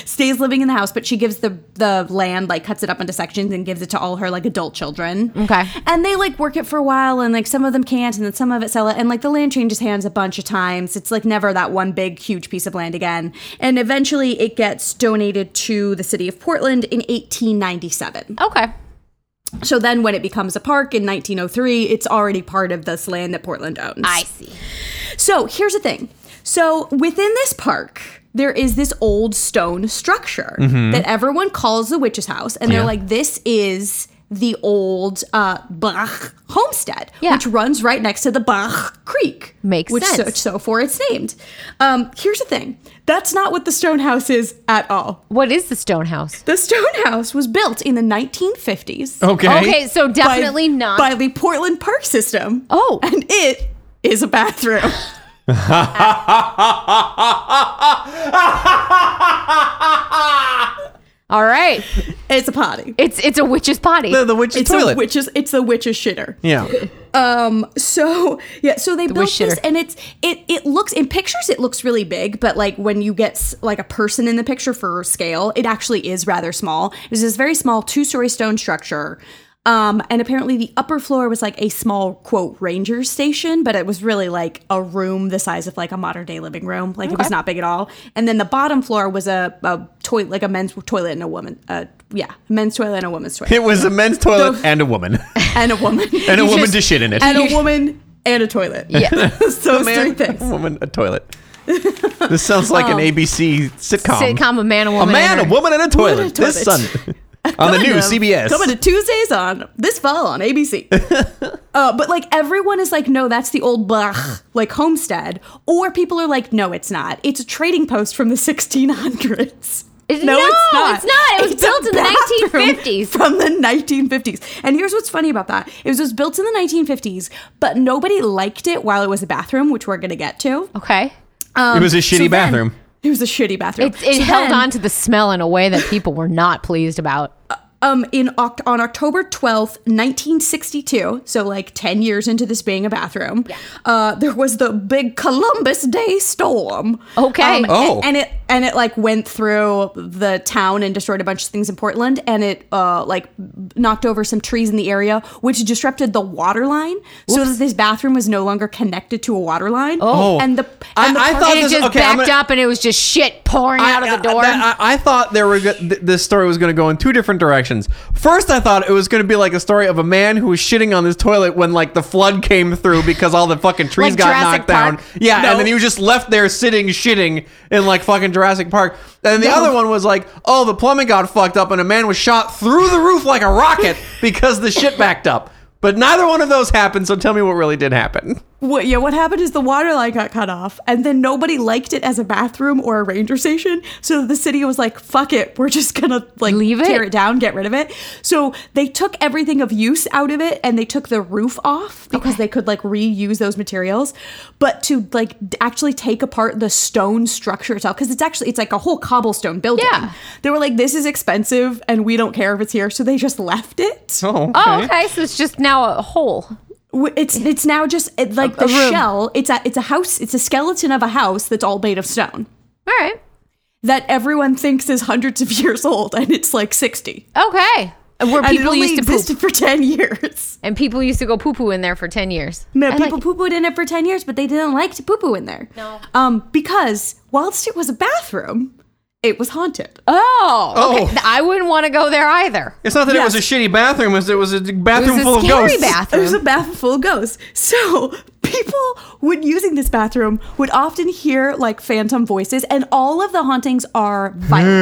[SPEAKER 1] stays living in the house, but she gives the the land, like, cuts it up into sections and gives it to all her like adult children.
[SPEAKER 3] Okay.
[SPEAKER 1] and they like work it for a while, and like some of them can't, and then some of it sell it, and like the land changes hands a bunch of times. It's like never that one big huge piece of land again, and eventually it gets donated to the city of Portland in 1897.
[SPEAKER 3] Okay.
[SPEAKER 1] So then, when it becomes a park in 1903, it's already part of this land that Portland owns.
[SPEAKER 3] I see.
[SPEAKER 1] So here's the thing. So within this park, there is this old stone structure that everyone calls the witch's house, and they're
[SPEAKER 2] Yeah.
[SPEAKER 1] like, "This is the old uh, Bach homestead,
[SPEAKER 3] Yeah.
[SPEAKER 1] which runs right next to the Bach Creek,
[SPEAKER 3] Makes
[SPEAKER 1] which
[SPEAKER 3] sense.
[SPEAKER 1] So, so for it's named. Um, here's the thing: that's not what the stone house is at all.
[SPEAKER 3] What is the stone house?
[SPEAKER 1] The stone house was built in the 1950s.
[SPEAKER 2] okay.
[SPEAKER 3] Okay, so
[SPEAKER 1] by-
[SPEAKER 3] definitely not.
[SPEAKER 1] by the Portland Park System.
[SPEAKER 3] Oh.
[SPEAKER 1] and it is a bathroom.
[SPEAKER 3] All right.
[SPEAKER 1] It's a potty.
[SPEAKER 3] It's it's a witch's potty.
[SPEAKER 2] The, the witch's
[SPEAKER 1] it's
[SPEAKER 2] toilet.
[SPEAKER 1] a witch's it's a witch's shitter
[SPEAKER 2] yeah.
[SPEAKER 1] um so yeah so they built
[SPEAKER 3] witch
[SPEAKER 1] this
[SPEAKER 3] shitter.
[SPEAKER 1] and it's it it looks in pictures it looks really big but like when you get s- like a person in the picture for scale it actually is rather small it was this very small two-story stone structure um and apparently the upper floor was like a small quote ranger station but it was really like a room the size of like a modern day living room like it was not big at all and then the bottom floor was a, a toilet like a men's toilet and a woman uh yeah men's toilet and a woman's toilet
[SPEAKER 2] It was a men's toilet and a woman.
[SPEAKER 1] and a woman
[SPEAKER 2] And a
[SPEAKER 1] You
[SPEAKER 2] woman to shit in it.
[SPEAKER 1] and a woman and a toilet.
[SPEAKER 3] Yeah.
[SPEAKER 1] so those three
[SPEAKER 2] a
[SPEAKER 1] things.
[SPEAKER 2] woman, a toilet. This sounds like an ABC sitcom.
[SPEAKER 3] Sitcom, a man, a
[SPEAKER 2] A
[SPEAKER 3] woman.
[SPEAKER 2] man,
[SPEAKER 3] and
[SPEAKER 2] a
[SPEAKER 3] her-
[SPEAKER 2] woman, and a toilet.
[SPEAKER 1] Woman and a
[SPEAKER 2] This
[SPEAKER 1] toilet.
[SPEAKER 2] Sunday on the
[SPEAKER 1] Coming
[SPEAKER 2] new
[SPEAKER 1] to-
[SPEAKER 2] CBS.
[SPEAKER 1] Coming to Tuesdays on this fall on ABC. uh, but like everyone is like, no, that's the old blah, like homestead. Or people are like, no, it's not. It's a trading post from the 1600s.
[SPEAKER 3] It- no, it's not. It was
[SPEAKER 1] a
[SPEAKER 3] built in the
[SPEAKER 1] bathroom
[SPEAKER 3] 1950s.
[SPEAKER 1] From the 1950s. And here's what's funny about that. It was, was built in the 1950s, but nobody liked it while it was a bathroom, which we're going to get to.
[SPEAKER 3] Okay.
[SPEAKER 2] it was a
[SPEAKER 1] So
[SPEAKER 2] shitty
[SPEAKER 1] then-
[SPEAKER 2] bathroom.
[SPEAKER 1] It was a shitty bathroom.
[SPEAKER 3] It, it
[SPEAKER 1] So
[SPEAKER 3] held
[SPEAKER 1] then-
[SPEAKER 3] on to the smell in a way that people were not pleased about.
[SPEAKER 1] um in Oct- on October 12th, 1962, so like 10 years into this being a bathroom. Uh there was the big Columbus Day storm.
[SPEAKER 3] Okay.
[SPEAKER 1] Um,
[SPEAKER 2] Oh.
[SPEAKER 1] And, and it and it like went through the town and destroyed a bunch of things in Portland and it uh like knocked over some trees in the area which disrupted the water line so that this bathroom was no longer connected to a water line.
[SPEAKER 2] Oh.
[SPEAKER 1] And the
[SPEAKER 2] I-
[SPEAKER 1] and the
[SPEAKER 2] I
[SPEAKER 1] park-
[SPEAKER 2] thought
[SPEAKER 3] And it
[SPEAKER 2] this-
[SPEAKER 3] just
[SPEAKER 2] okay, I'm
[SPEAKER 3] backed
[SPEAKER 2] gonna-
[SPEAKER 3] up and it was just shit pouring out of the door.
[SPEAKER 2] that- I, I thought there were go- th- this story was going to go in two different directions. First, I thought it was going to be like a story of a man who was shitting on his toilet when like the flood came through because all the fucking trees
[SPEAKER 3] Like
[SPEAKER 2] got
[SPEAKER 3] Jurassic
[SPEAKER 2] knocked
[SPEAKER 3] Park?
[SPEAKER 2] down. Yeah,
[SPEAKER 1] No.
[SPEAKER 2] and then he was just left there sitting shitting in like fucking Jurassic Park. And then the other one was like, oh, the plumbing got fucked up and a man was shot through the roof like a rocket because the shit backed up. But neither one of those happened, so tell me what really did happen.
[SPEAKER 1] What, yeah, what happened is the water line got cut off, and then nobody liked it as a bathroom or a ranger station. So the city was like, "Fuck it, we're just gonna like
[SPEAKER 3] Leave it?
[SPEAKER 1] tear it down, get rid of it." So they took everything of use out of it, and they took the roof off because they could like reuse those materials. But to like d- actually take apart the stone structure itself, because it's actually it's like a whole cobblestone building.
[SPEAKER 3] Yeah.
[SPEAKER 1] they were like, "This is expensive, and we don't care if it's here," so they just left it.
[SPEAKER 2] Oh,
[SPEAKER 3] Oh, okay. So it's just now a hole.
[SPEAKER 1] W- It's it's now just it, like
[SPEAKER 3] A- a
[SPEAKER 1] the
[SPEAKER 3] room.
[SPEAKER 1] shell. It's a it's a house. It's a skeleton of a house that's all made of stone
[SPEAKER 3] All right.
[SPEAKER 1] that everyone thinks is hundreds of years old, and it's like sixty.
[SPEAKER 3] Okay. Where
[SPEAKER 1] And it
[SPEAKER 3] people
[SPEAKER 1] only
[SPEAKER 3] used to poop.
[SPEAKER 1] existed for ten years.
[SPEAKER 3] And people used to go poo poo in there for 10 years.
[SPEAKER 1] No,
[SPEAKER 3] I
[SPEAKER 1] people
[SPEAKER 3] like-
[SPEAKER 1] poo pooed in it for ten years, but they didn't like to poo poo in there. No, um, because whilst it was a bathroom, it was haunted.
[SPEAKER 3] Oh, okay.
[SPEAKER 2] Oh.
[SPEAKER 3] Th- I wouldn't want to go there either.
[SPEAKER 2] It's not that it was a
[SPEAKER 1] Yes.
[SPEAKER 2] shitty bathroom, it's- it was a bathroom
[SPEAKER 3] a
[SPEAKER 2] full of
[SPEAKER 3] scary
[SPEAKER 2] ghosts.
[SPEAKER 3] bath-
[SPEAKER 1] It was a bathroom full of ghosts. So people, when using this bathroom, would often hear like phantom voices, and all of the hauntings are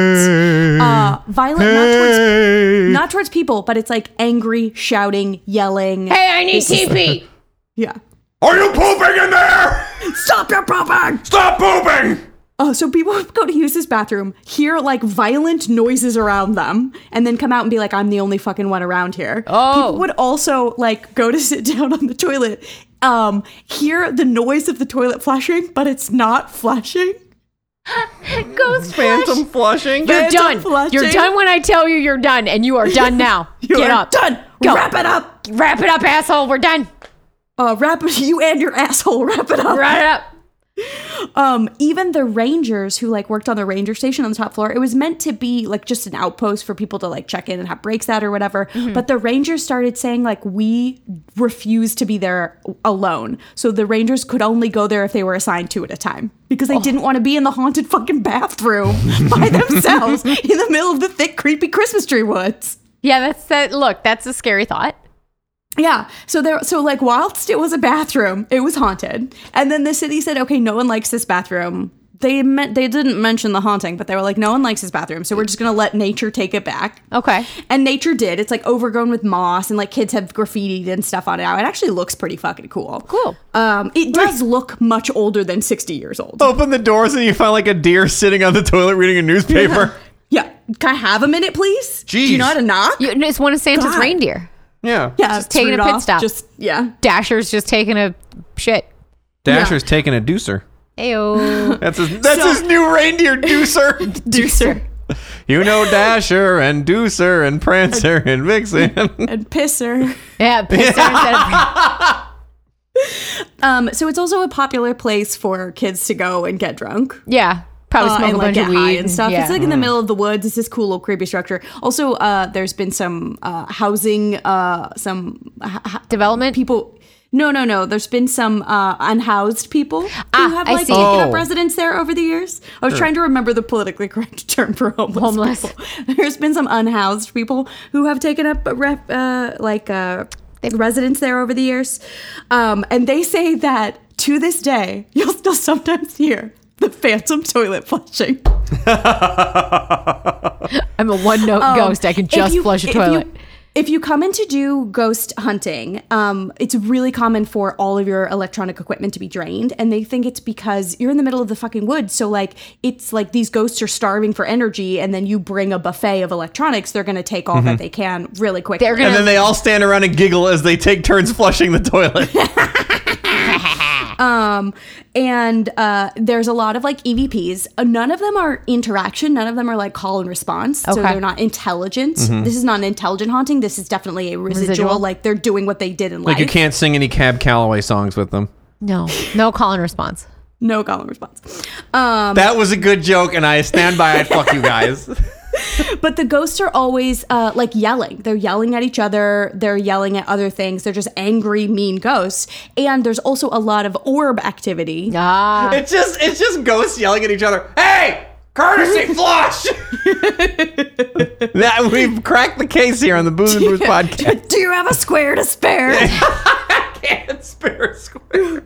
[SPEAKER 1] violent. Uh, violent, not towards not towards people, but it's like angry, shouting, yelling.
[SPEAKER 3] Hey, I need TP.
[SPEAKER 1] Yeah.
[SPEAKER 4] Are you pooping in there?
[SPEAKER 1] Stop your pooping!
[SPEAKER 4] Stop pooping!
[SPEAKER 1] Oh, so people would go to use this bathroom, hear like violent noises around them, and then come out and be like, "I'm the only fucking one around here."
[SPEAKER 3] Oh.
[SPEAKER 1] people would also like go to sit down on the toilet, um, hear the noise of the toilet flashing, but it's not flashing.
[SPEAKER 3] Ghost
[SPEAKER 2] Phantom
[SPEAKER 3] flush.
[SPEAKER 2] flushing.
[SPEAKER 3] You're
[SPEAKER 1] Phantom
[SPEAKER 3] done.
[SPEAKER 1] flushing.
[SPEAKER 3] You're done when I tell you you're done, and you are done now.
[SPEAKER 1] You
[SPEAKER 3] Get
[SPEAKER 1] are
[SPEAKER 3] up.
[SPEAKER 1] done.
[SPEAKER 3] Go.
[SPEAKER 1] Wrap it up.
[SPEAKER 3] Wrap it up, asshole. We're done.
[SPEAKER 1] Uh, wrap it. You and your asshole. Wrap it up.
[SPEAKER 3] Wrap it up.
[SPEAKER 1] um even the rangers who like worked on the ranger station on the top floor it was meant to be like just an outpost for people to like check in and have breaks at or whatever but the rangers started saying like we refuse to be there alone so the rangers could only go there if they were assigned two at a time because they didn't want to be in the haunted fucking bathroom by themselves in the middle of the thick creepy christmas tree woods
[SPEAKER 3] Yeah, that's that. Look, that's a scary thought.
[SPEAKER 1] yeah. So there so like whilst it was a bathroom, it was haunted. And then the city said, "Okay, no one likes this bathroom." They meant they didn't mention the haunting, but they were like, "No one likes this bathroom, so we're just going to let nature take it back."
[SPEAKER 3] Okay.
[SPEAKER 1] And nature did. It's like overgrown with moss and like kids have graffitied and stuff on it now. It actually looks pretty fucking cool.
[SPEAKER 3] Cool.
[SPEAKER 1] Um it does look much older than 60 years old.
[SPEAKER 2] Open the doors and you find like a deer sitting on the toilet reading a newspaper.
[SPEAKER 1] Yeah. Can I have a minute, please? Do
[SPEAKER 2] Jeez.
[SPEAKER 1] you know how to knock?
[SPEAKER 3] You, it's one of Santa's
[SPEAKER 1] God.
[SPEAKER 3] reindeer.
[SPEAKER 2] Yeah.
[SPEAKER 1] Yeah,
[SPEAKER 3] Just taking a pit
[SPEAKER 1] Rudolph.
[SPEAKER 3] stop.
[SPEAKER 1] Just yeah.
[SPEAKER 3] Dasher's just taking a shit.
[SPEAKER 2] Dasher's taking a deucer.
[SPEAKER 3] Ayo.
[SPEAKER 2] That's his, that's
[SPEAKER 1] So-
[SPEAKER 2] his new reindeer, Deucer.
[SPEAKER 1] Deucer
[SPEAKER 2] you know Dasher and Deucer and Prancer and Vixen.
[SPEAKER 1] and pisser.
[SPEAKER 3] yeah, piss her instead of.
[SPEAKER 1] Um, so it's also a popular place for kids to go and get drunk
[SPEAKER 3] Yeah. Probably
[SPEAKER 1] uh,
[SPEAKER 3] smoke
[SPEAKER 1] and
[SPEAKER 3] a
[SPEAKER 1] like
[SPEAKER 3] bunch
[SPEAKER 1] get
[SPEAKER 3] of
[SPEAKER 1] high
[SPEAKER 3] weed
[SPEAKER 1] and stuff.
[SPEAKER 3] Yeah.
[SPEAKER 1] It's like in the middle of the woods. It's this cool little creepy structure. Also, uh, there's been some uh, housing, uh, some h- h-
[SPEAKER 3] development.
[SPEAKER 1] people. No, no, no. There's been some uh, unhoused people who
[SPEAKER 3] Ah,
[SPEAKER 1] have
[SPEAKER 3] I
[SPEAKER 1] like
[SPEAKER 3] see.
[SPEAKER 1] taken
[SPEAKER 2] Oh.
[SPEAKER 1] up residence there over the years. I was trying to remember the politically correct term for homeless.
[SPEAKER 3] Homeless.
[SPEAKER 1] people. There's been some unhoused people who have taken up a rep, uh, like uh, residence there over the years, um, and they say that to this day you'll still sometimes hear the phantom toilet flushing.
[SPEAKER 3] I'm a one note ghost. I can
[SPEAKER 1] Um, If
[SPEAKER 3] just
[SPEAKER 1] you-
[SPEAKER 3] flush a
[SPEAKER 1] if you-
[SPEAKER 3] toilet.
[SPEAKER 1] if you come in to do ghost hunting, um, it's really common for all of your electronic equipment to be drained, and they think it's because you're in the middle of the fucking woods. So like, it's like these ghosts are starving for energy, and then you bring a buffet of electronics, they're gonna take all
[SPEAKER 2] Mm-hmm.
[SPEAKER 1] that they can really quickly.
[SPEAKER 3] They're gonna-
[SPEAKER 2] and then they all stand around and giggle as they take turns flushing the toilet.
[SPEAKER 1] Um, and uh, there's a lot of like EVPs. Uh, None of them are interaction. None of them are like call and response. So
[SPEAKER 3] Okay.
[SPEAKER 1] they're not intelligent.
[SPEAKER 2] Mm-hmm.
[SPEAKER 1] This is not an intelligent haunting. This is definitely a residual.
[SPEAKER 3] Residual.
[SPEAKER 1] Like they're doing what they did in life.
[SPEAKER 2] like you can't sing any Cab Calloway songs with them.
[SPEAKER 3] no, no call and response.
[SPEAKER 1] No call and response. Um,
[SPEAKER 2] That was a good joke, and I stand by it. Fuck you guys.
[SPEAKER 1] but the ghosts are always uh, like yelling. They're yelling at each other. They're yelling at other things. They're just angry, mean ghosts. And there's also a lot of orb activity.
[SPEAKER 3] Ah,
[SPEAKER 2] It's just it's just ghosts yelling at each other. Hey, courtesy flush. that we've cracked the case here on the Booze and Brews podcast.
[SPEAKER 1] Do you have a square to spare?
[SPEAKER 2] Can't spare a square.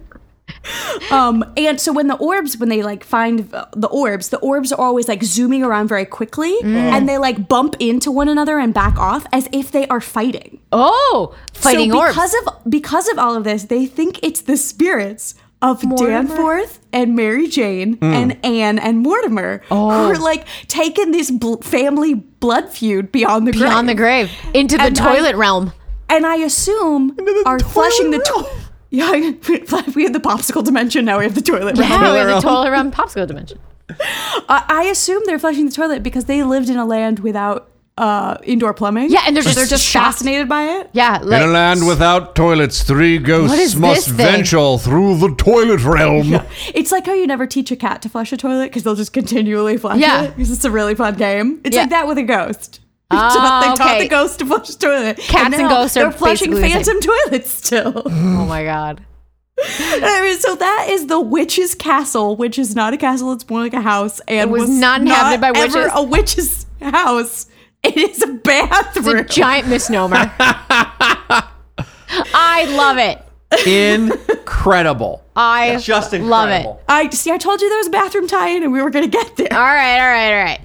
[SPEAKER 1] Um, and so when the orbs, when they like find the orbs, the orbs are always like zooming around very quickly,
[SPEAKER 2] Mm.
[SPEAKER 1] and they like bump into one another and back off as if they are fighting.
[SPEAKER 3] Oh, fighting
[SPEAKER 1] so
[SPEAKER 3] orbs.
[SPEAKER 1] because of because of all of this, they think it's the spirits of Danforth and Mary Jane and Anne and Mortimer who
[SPEAKER 3] Oh.
[SPEAKER 1] are like taking this bl- family blood feud beyond the
[SPEAKER 3] Beyond the
[SPEAKER 1] grave.
[SPEAKER 3] grave, into the
[SPEAKER 1] And I-
[SPEAKER 3] toilet realm.
[SPEAKER 1] and I assume are flushing the. To- yeah, we had the popsicle dimension. Now we have the toilet. roll.
[SPEAKER 3] Yeah, we have the
[SPEAKER 2] realm.
[SPEAKER 3] toilet realm, popsicle dimension.
[SPEAKER 1] I, I assume they're flushing the toilet because they lived in a land without uh, indoor plumbing.
[SPEAKER 3] Yeah, and they're just shocked.
[SPEAKER 1] fascinated by it.
[SPEAKER 3] Yeah, like,
[SPEAKER 5] In a land without toilets, three
[SPEAKER 3] What
[SPEAKER 5] ghosts
[SPEAKER 3] is
[SPEAKER 5] must
[SPEAKER 3] this thing?
[SPEAKER 5] venture through the toilet realm.
[SPEAKER 1] It's like how you never teach a cat to flush a toilet because they'll just continually flush
[SPEAKER 3] Yeah.
[SPEAKER 1] it. Because it's a really fun game. It's
[SPEAKER 3] Yeah. Ah,
[SPEAKER 1] like that with a ghost. so that they taught
[SPEAKER 3] okay.
[SPEAKER 1] the ghost to flush a toilet.
[SPEAKER 3] Cats and
[SPEAKER 1] now
[SPEAKER 3] ghosts are
[SPEAKER 1] they're flushing
[SPEAKER 3] basically the same.
[SPEAKER 1] phantom toilets still.
[SPEAKER 3] oh my god.
[SPEAKER 1] I mean, so that is the witch's castle, which is not a castle; it's more like a house, and
[SPEAKER 3] It was not inhabited by
[SPEAKER 1] ever
[SPEAKER 3] witches.
[SPEAKER 1] A witch's house. It is a
[SPEAKER 3] It's
[SPEAKER 1] bathroom.
[SPEAKER 3] a giant misnomer. I love it.
[SPEAKER 2] Incredible.
[SPEAKER 3] I
[SPEAKER 2] Just
[SPEAKER 3] love
[SPEAKER 2] incredible.
[SPEAKER 3] it.
[SPEAKER 1] I see. I told you there was a bathroom tie-in, and we were gonna get there.
[SPEAKER 3] All right, all right, all right.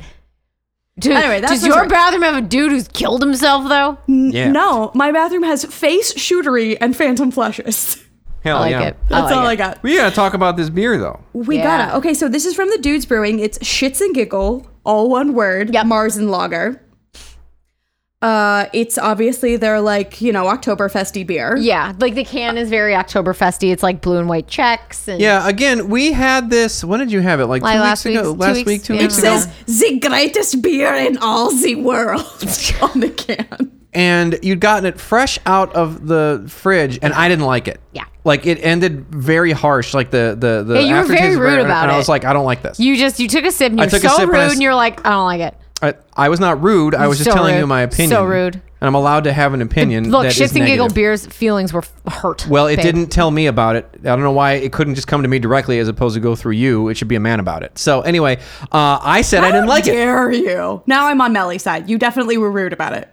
[SPEAKER 3] Dude,
[SPEAKER 1] Anyway, that's
[SPEAKER 3] does
[SPEAKER 1] my
[SPEAKER 3] your
[SPEAKER 1] story.
[SPEAKER 3] bathroom have a dude who's killed himself though?
[SPEAKER 2] Yeah.
[SPEAKER 1] No, my bathroom has face shootery and phantom flushes.
[SPEAKER 2] Hell
[SPEAKER 3] I like
[SPEAKER 2] yeah.
[SPEAKER 3] it.
[SPEAKER 1] That's all
[SPEAKER 3] I
[SPEAKER 1] I
[SPEAKER 3] like
[SPEAKER 1] got.
[SPEAKER 2] We gotta talk about this beer though.
[SPEAKER 1] We
[SPEAKER 3] Yeah.
[SPEAKER 1] gotta. Okay, so this is from the Dudes Brewing. It's shits and giggle, all one word.
[SPEAKER 3] Yep.
[SPEAKER 1] Mars and lager. Uh, it's obviously their like you know Oktoberfesty beer.
[SPEAKER 3] it. Yeah, like the can is very Oktoberfesty. It's like blue and white checks. And
[SPEAKER 2] Yeah, again, we had this. When did you have it? Like two
[SPEAKER 3] Like
[SPEAKER 2] weeks
[SPEAKER 3] last
[SPEAKER 2] ago?
[SPEAKER 3] week's- two
[SPEAKER 2] last
[SPEAKER 3] weeks-
[SPEAKER 2] week, two
[SPEAKER 3] yeah.
[SPEAKER 2] weeks
[SPEAKER 1] It
[SPEAKER 2] ago.
[SPEAKER 1] says the greatest beer in all the world on the can.
[SPEAKER 2] and you'd gotten it fresh out of the fridge, and I didn't like it.
[SPEAKER 3] Yeah.
[SPEAKER 2] like it ended very harsh. Like the the the
[SPEAKER 3] Yeah, you were very
[SPEAKER 2] aftertaste was
[SPEAKER 3] rude about
[SPEAKER 2] and I
[SPEAKER 3] it.
[SPEAKER 2] was like, I don't like this.
[SPEAKER 3] You just you took a sip and
[SPEAKER 2] I
[SPEAKER 3] you're so
[SPEAKER 2] took a sip
[SPEAKER 3] rude
[SPEAKER 2] and I s-
[SPEAKER 3] and you're like, I don't like it.
[SPEAKER 2] I, I was not rude. I was just
[SPEAKER 3] So
[SPEAKER 2] telling
[SPEAKER 3] rude.
[SPEAKER 2] you my opinion.
[SPEAKER 3] So rude.
[SPEAKER 2] and I'm allowed to have an opinion.
[SPEAKER 3] Look,
[SPEAKER 2] that is
[SPEAKER 3] shits and giggle
[SPEAKER 2] negative.
[SPEAKER 3] beers feelings were f- hurt.
[SPEAKER 2] Well, it
[SPEAKER 3] babe.
[SPEAKER 2] didn't tell me about it. I don't know why it couldn't just come to me directly as opposed to go through you. It should be a man about it. So anyway, uh, I said I didn't like it.
[SPEAKER 1] Dare you? Now I'm on Melly's side. You definitely were rude about it.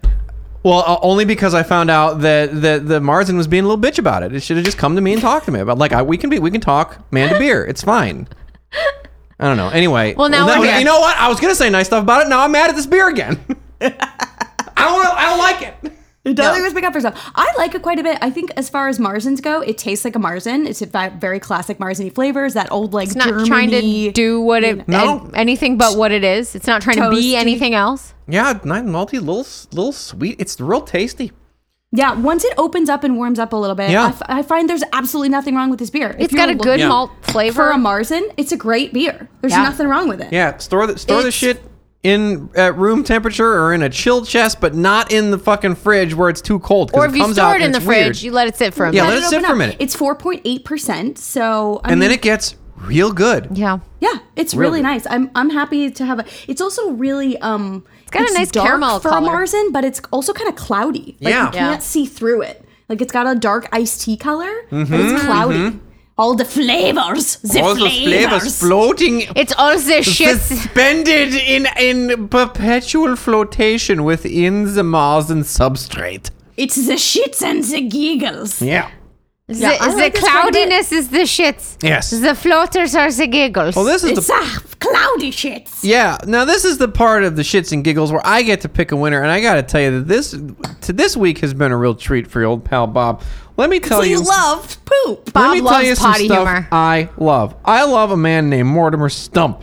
[SPEAKER 2] Well, uh, only because I found out that that the Marzin was being a little bitch about it. It should have just come to me and talked to me about like I, we can be we can talk man to beer. It's fine. I don't know. Anyway,
[SPEAKER 3] Well, now we're
[SPEAKER 2] that-
[SPEAKER 3] here.
[SPEAKER 2] you know what? I was gonna say nice stuff about it. Now I'm mad at this beer again. I don't. wanna- I don't like it.
[SPEAKER 1] It definitely was pick up for yourself. I like it quite a bit. I think as far as Marzens go, it tastes like a Marzen. It's a vi- very classic Marzen flavors. That old like
[SPEAKER 3] It's not trying to do what it
[SPEAKER 2] No.
[SPEAKER 3] an- anything but what it is. It's not trying to
[SPEAKER 1] Toasty.
[SPEAKER 3] be anything else.
[SPEAKER 2] Yeah, nice and malty, little s- little sweet. It's real tasty.
[SPEAKER 1] Yeah, once it opens up and warms up a little bit,
[SPEAKER 2] Yeah.
[SPEAKER 1] I, f- I find there's absolutely nothing wrong with this beer. If
[SPEAKER 3] It's
[SPEAKER 1] you're
[SPEAKER 3] got a
[SPEAKER 1] look-
[SPEAKER 3] good
[SPEAKER 2] Yeah.
[SPEAKER 3] malt flavor.
[SPEAKER 1] for a Marzen. It's a great beer. There's
[SPEAKER 3] Yeah.
[SPEAKER 1] nothing wrong with it.
[SPEAKER 2] Yeah, store the store the
[SPEAKER 1] It's-
[SPEAKER 2] shit in at room temperature or in a chill chest, but not in the fucking fridge where it's too cold. 'cause
[SPEAKER 3] or if you
[SPEAKER 2] comes
[SPEAKER 3] store
[SPEAKER 2] out
[SPEAKER 3] it in
[SPEAKER 2] and
[SPEAKER 3] the
[SPEAKER 2] it's weird.
[SPEAKER 3] fridge, you let it sit for a
[SPEAKER 2] Yeah,
[SPEAKER 3] minute.
[SPEAKER 2] let it sit
[SPEAKER 1] open
[SPEAKER 2] for a
[SPEAKER 1] up.
[SPEAKER 2] minute.
[SPEAKER 1] It's 4.8%. So, I
[SPEAKER 2] and
[SPEAKER 1] mean,
[SPEAKER 2] then it gets real good.
[SPEAKER 3] yeah.
[SPEAKER 1] Yeah, it's
[SPEAKER 2] Real
[SPEAKER 1] really
[SPEAKER 2] good.
[SPEAKER 1] nice. I'm I'm happy to have a. It's also really um. It's
[SPEAKER 3] got a nice
[SPEAKER 1] dark
[SPEAKER 3] caramel
[SPEAKER 1] for
[SPEAKER 3] color.
[SPEAKER 1] a Marzen, but it's also kind of cloudy. Like,
[SPEAKER 2] Yeah.
[SPEAKER 1] you
[SPEAKER 3] Yeah.
[SPEAKER 1] can't see through it. Like it's got a dark iced tea color, but it's cloudy. All the flavors, the
[SPEAKER 2] Mm-hmm, all those flavors
[SPEAKER 1] flavors.
[SPEAKER 2] floating
[SPEAKER 3] It's all the shit.
[SPEAKER 2] suspended in in perpetual flotation within the Marsan substrate.
[SPEAKER 1] it's the shits and the giggles.
[SPEAKER 2] Yeah.
[SPEAKER 3] The,
[SPEAKER 1] I
[SPEAKER 3] the
[SPEAKER 1] like this quite a bit.
[SPEAKER 3] cloudiness is the shits.
[SPEAKER 2] Yes.
[SPEAKER 3] The floaters are the giggles.
[SPEAKER 2] Well, this is
[SPEAKER 1] It's
[SPEAKER 2] the
[SPEAKER 1] a cloudy shits.
[SPEAKER 2] yeah. Now this is the part of the shits and giggles where I get to pick a winner, and I got to tell you that this to this week has been a real treat for your old pal Bob. Let me tell
[SPEAKER 1] So you
[SPEAKER 2] you.
[SPEAKER 1] love poop.
[SPEAKER 2] let
[SPEAKER 3] Bob
[SPEAKER 2] me tell
[SPEAKER 3] loves
[SPEAKER 2] you some
[SPEAKER 3] potty
[SPEAKER 2] stuff
[SPEAKER 3] humor.
[SPEAKER 2] I love. I love a man named Mortimer Stump.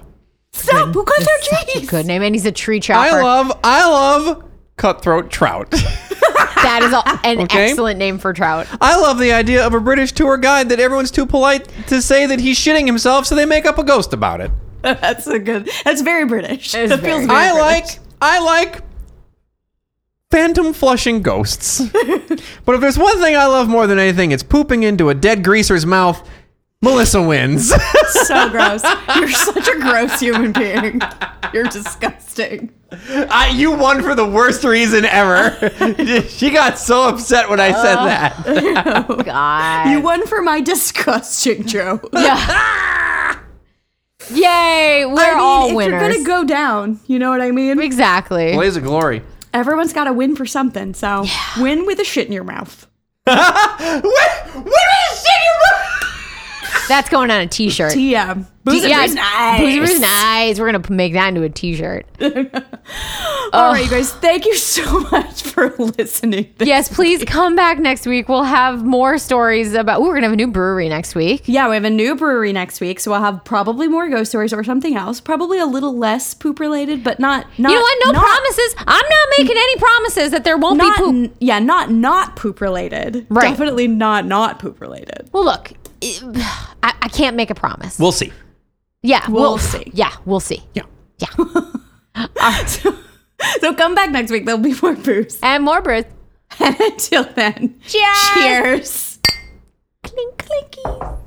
[SPEAKER 1] Stop. Who cut their
[SPEAKER 3] That's a
[SPEAKER 1] cheese?
[SPEAKER 3] good name, and he's a tree
[SPEAKER 2] I
[SPEAKER 3] chopper.
[SPEAKER 2] love. I love cutthroat trout.
[SPEAKER 3] that is all, an
[SPEAKER 2] Okay.
[SPEAKER 3] excellent name for trout.
[SPEAKER 2] I love the idea of a British tour guide that everyone's too polite to say that he's shitting himself, so they make up a ghost about it.
[SPEAKER 1] That's a good. That's very British. That
[SPEAKER 3] is very-
[SPEAKER 1] feels very
[SPEAKER 2] I
[SPEAKER 1] British.
[SPEAKER 2] like, I like phantom flushing ghosts. but if there's one thing I love more than anything, it's pooping into a dead greaser's mouth. Melissa wins.
[SPEAKER 1] so gross. You're such a gross human being. You're disgusting.
[SPEAKER 2] I, you won for the worst reason ever. she got so upset when I said that.
[SPEAKER 3] God.
[SPEAKER 1] You won for my disgusting joke.
[SPEAKER 3] yeah. Yay! We're
[SPEAKER 1] I mean,
[SPEAKER 3] all
[SPEAKER 1] if
[SPEAKER 3] winners.
[SPEAKER 1] you're gonna go down, you know what I mean.
[SPEAKER 3] exactly.
[SPEAKER 2] Blaze of glory.
[SPEAKER 1] Everyone's got to win for something. So win with a shit in your mouth.
[SPEAKER 2] What? What is shit?
[SPEAKER 3] That's going on a t-shirt.
[SPEAKER 1] Yeah. Booze
[SPEAKER 3] yeah,
[SPEAKER 1] and nice.
[SPEAKER 3] Boozer is nice. We're gonna p- make that into a t-shirt. Oh.
[SPEAKER 1] All right, you guys. Thank you so much for listening.
[SPEAKER 3] yes, please come back next week. We'll have more stories about. Ooh, we're gonna have a new brewery next week.
[SPEAKER 1] Yeah, we have a new brewery next week, so I'll have probably more ghost stories or something else. Probably a little less poop related, but not not.
[SPEAKER 3] you know what? No
[SPEAKER 1] not-
[SPEAKER 3] promises. I'm not making any promises that there won't
[SPEAKER 1] Not
[SPEAKER 3] be poop.
[SPEAKER 1] n- yeah, not not poop related.
[SPEAKER 3] Right.
[SPEAKER 1] Definitely not not poop related.
[SPEAKER 3] well, look, it- I, I can't make a promise.
[SPEAKER 2] We'll see.
[SPEAKER 3] yeah,
[SPEAKER 1] we'll see.
[SPEAKER 3] Yeah, we'll see. Uh,
[SPEAKER 2] Yeah.
[SPEAKER 1] so, so come back next week. There'll be more booze.
[SPEAKER 3] And more brews.
[SPEAKER 1] And until then,
[SPEAKER 3] Cheers.
[SPEAKER 1] cheers.
[SPEAKER 3] Clink clinkies.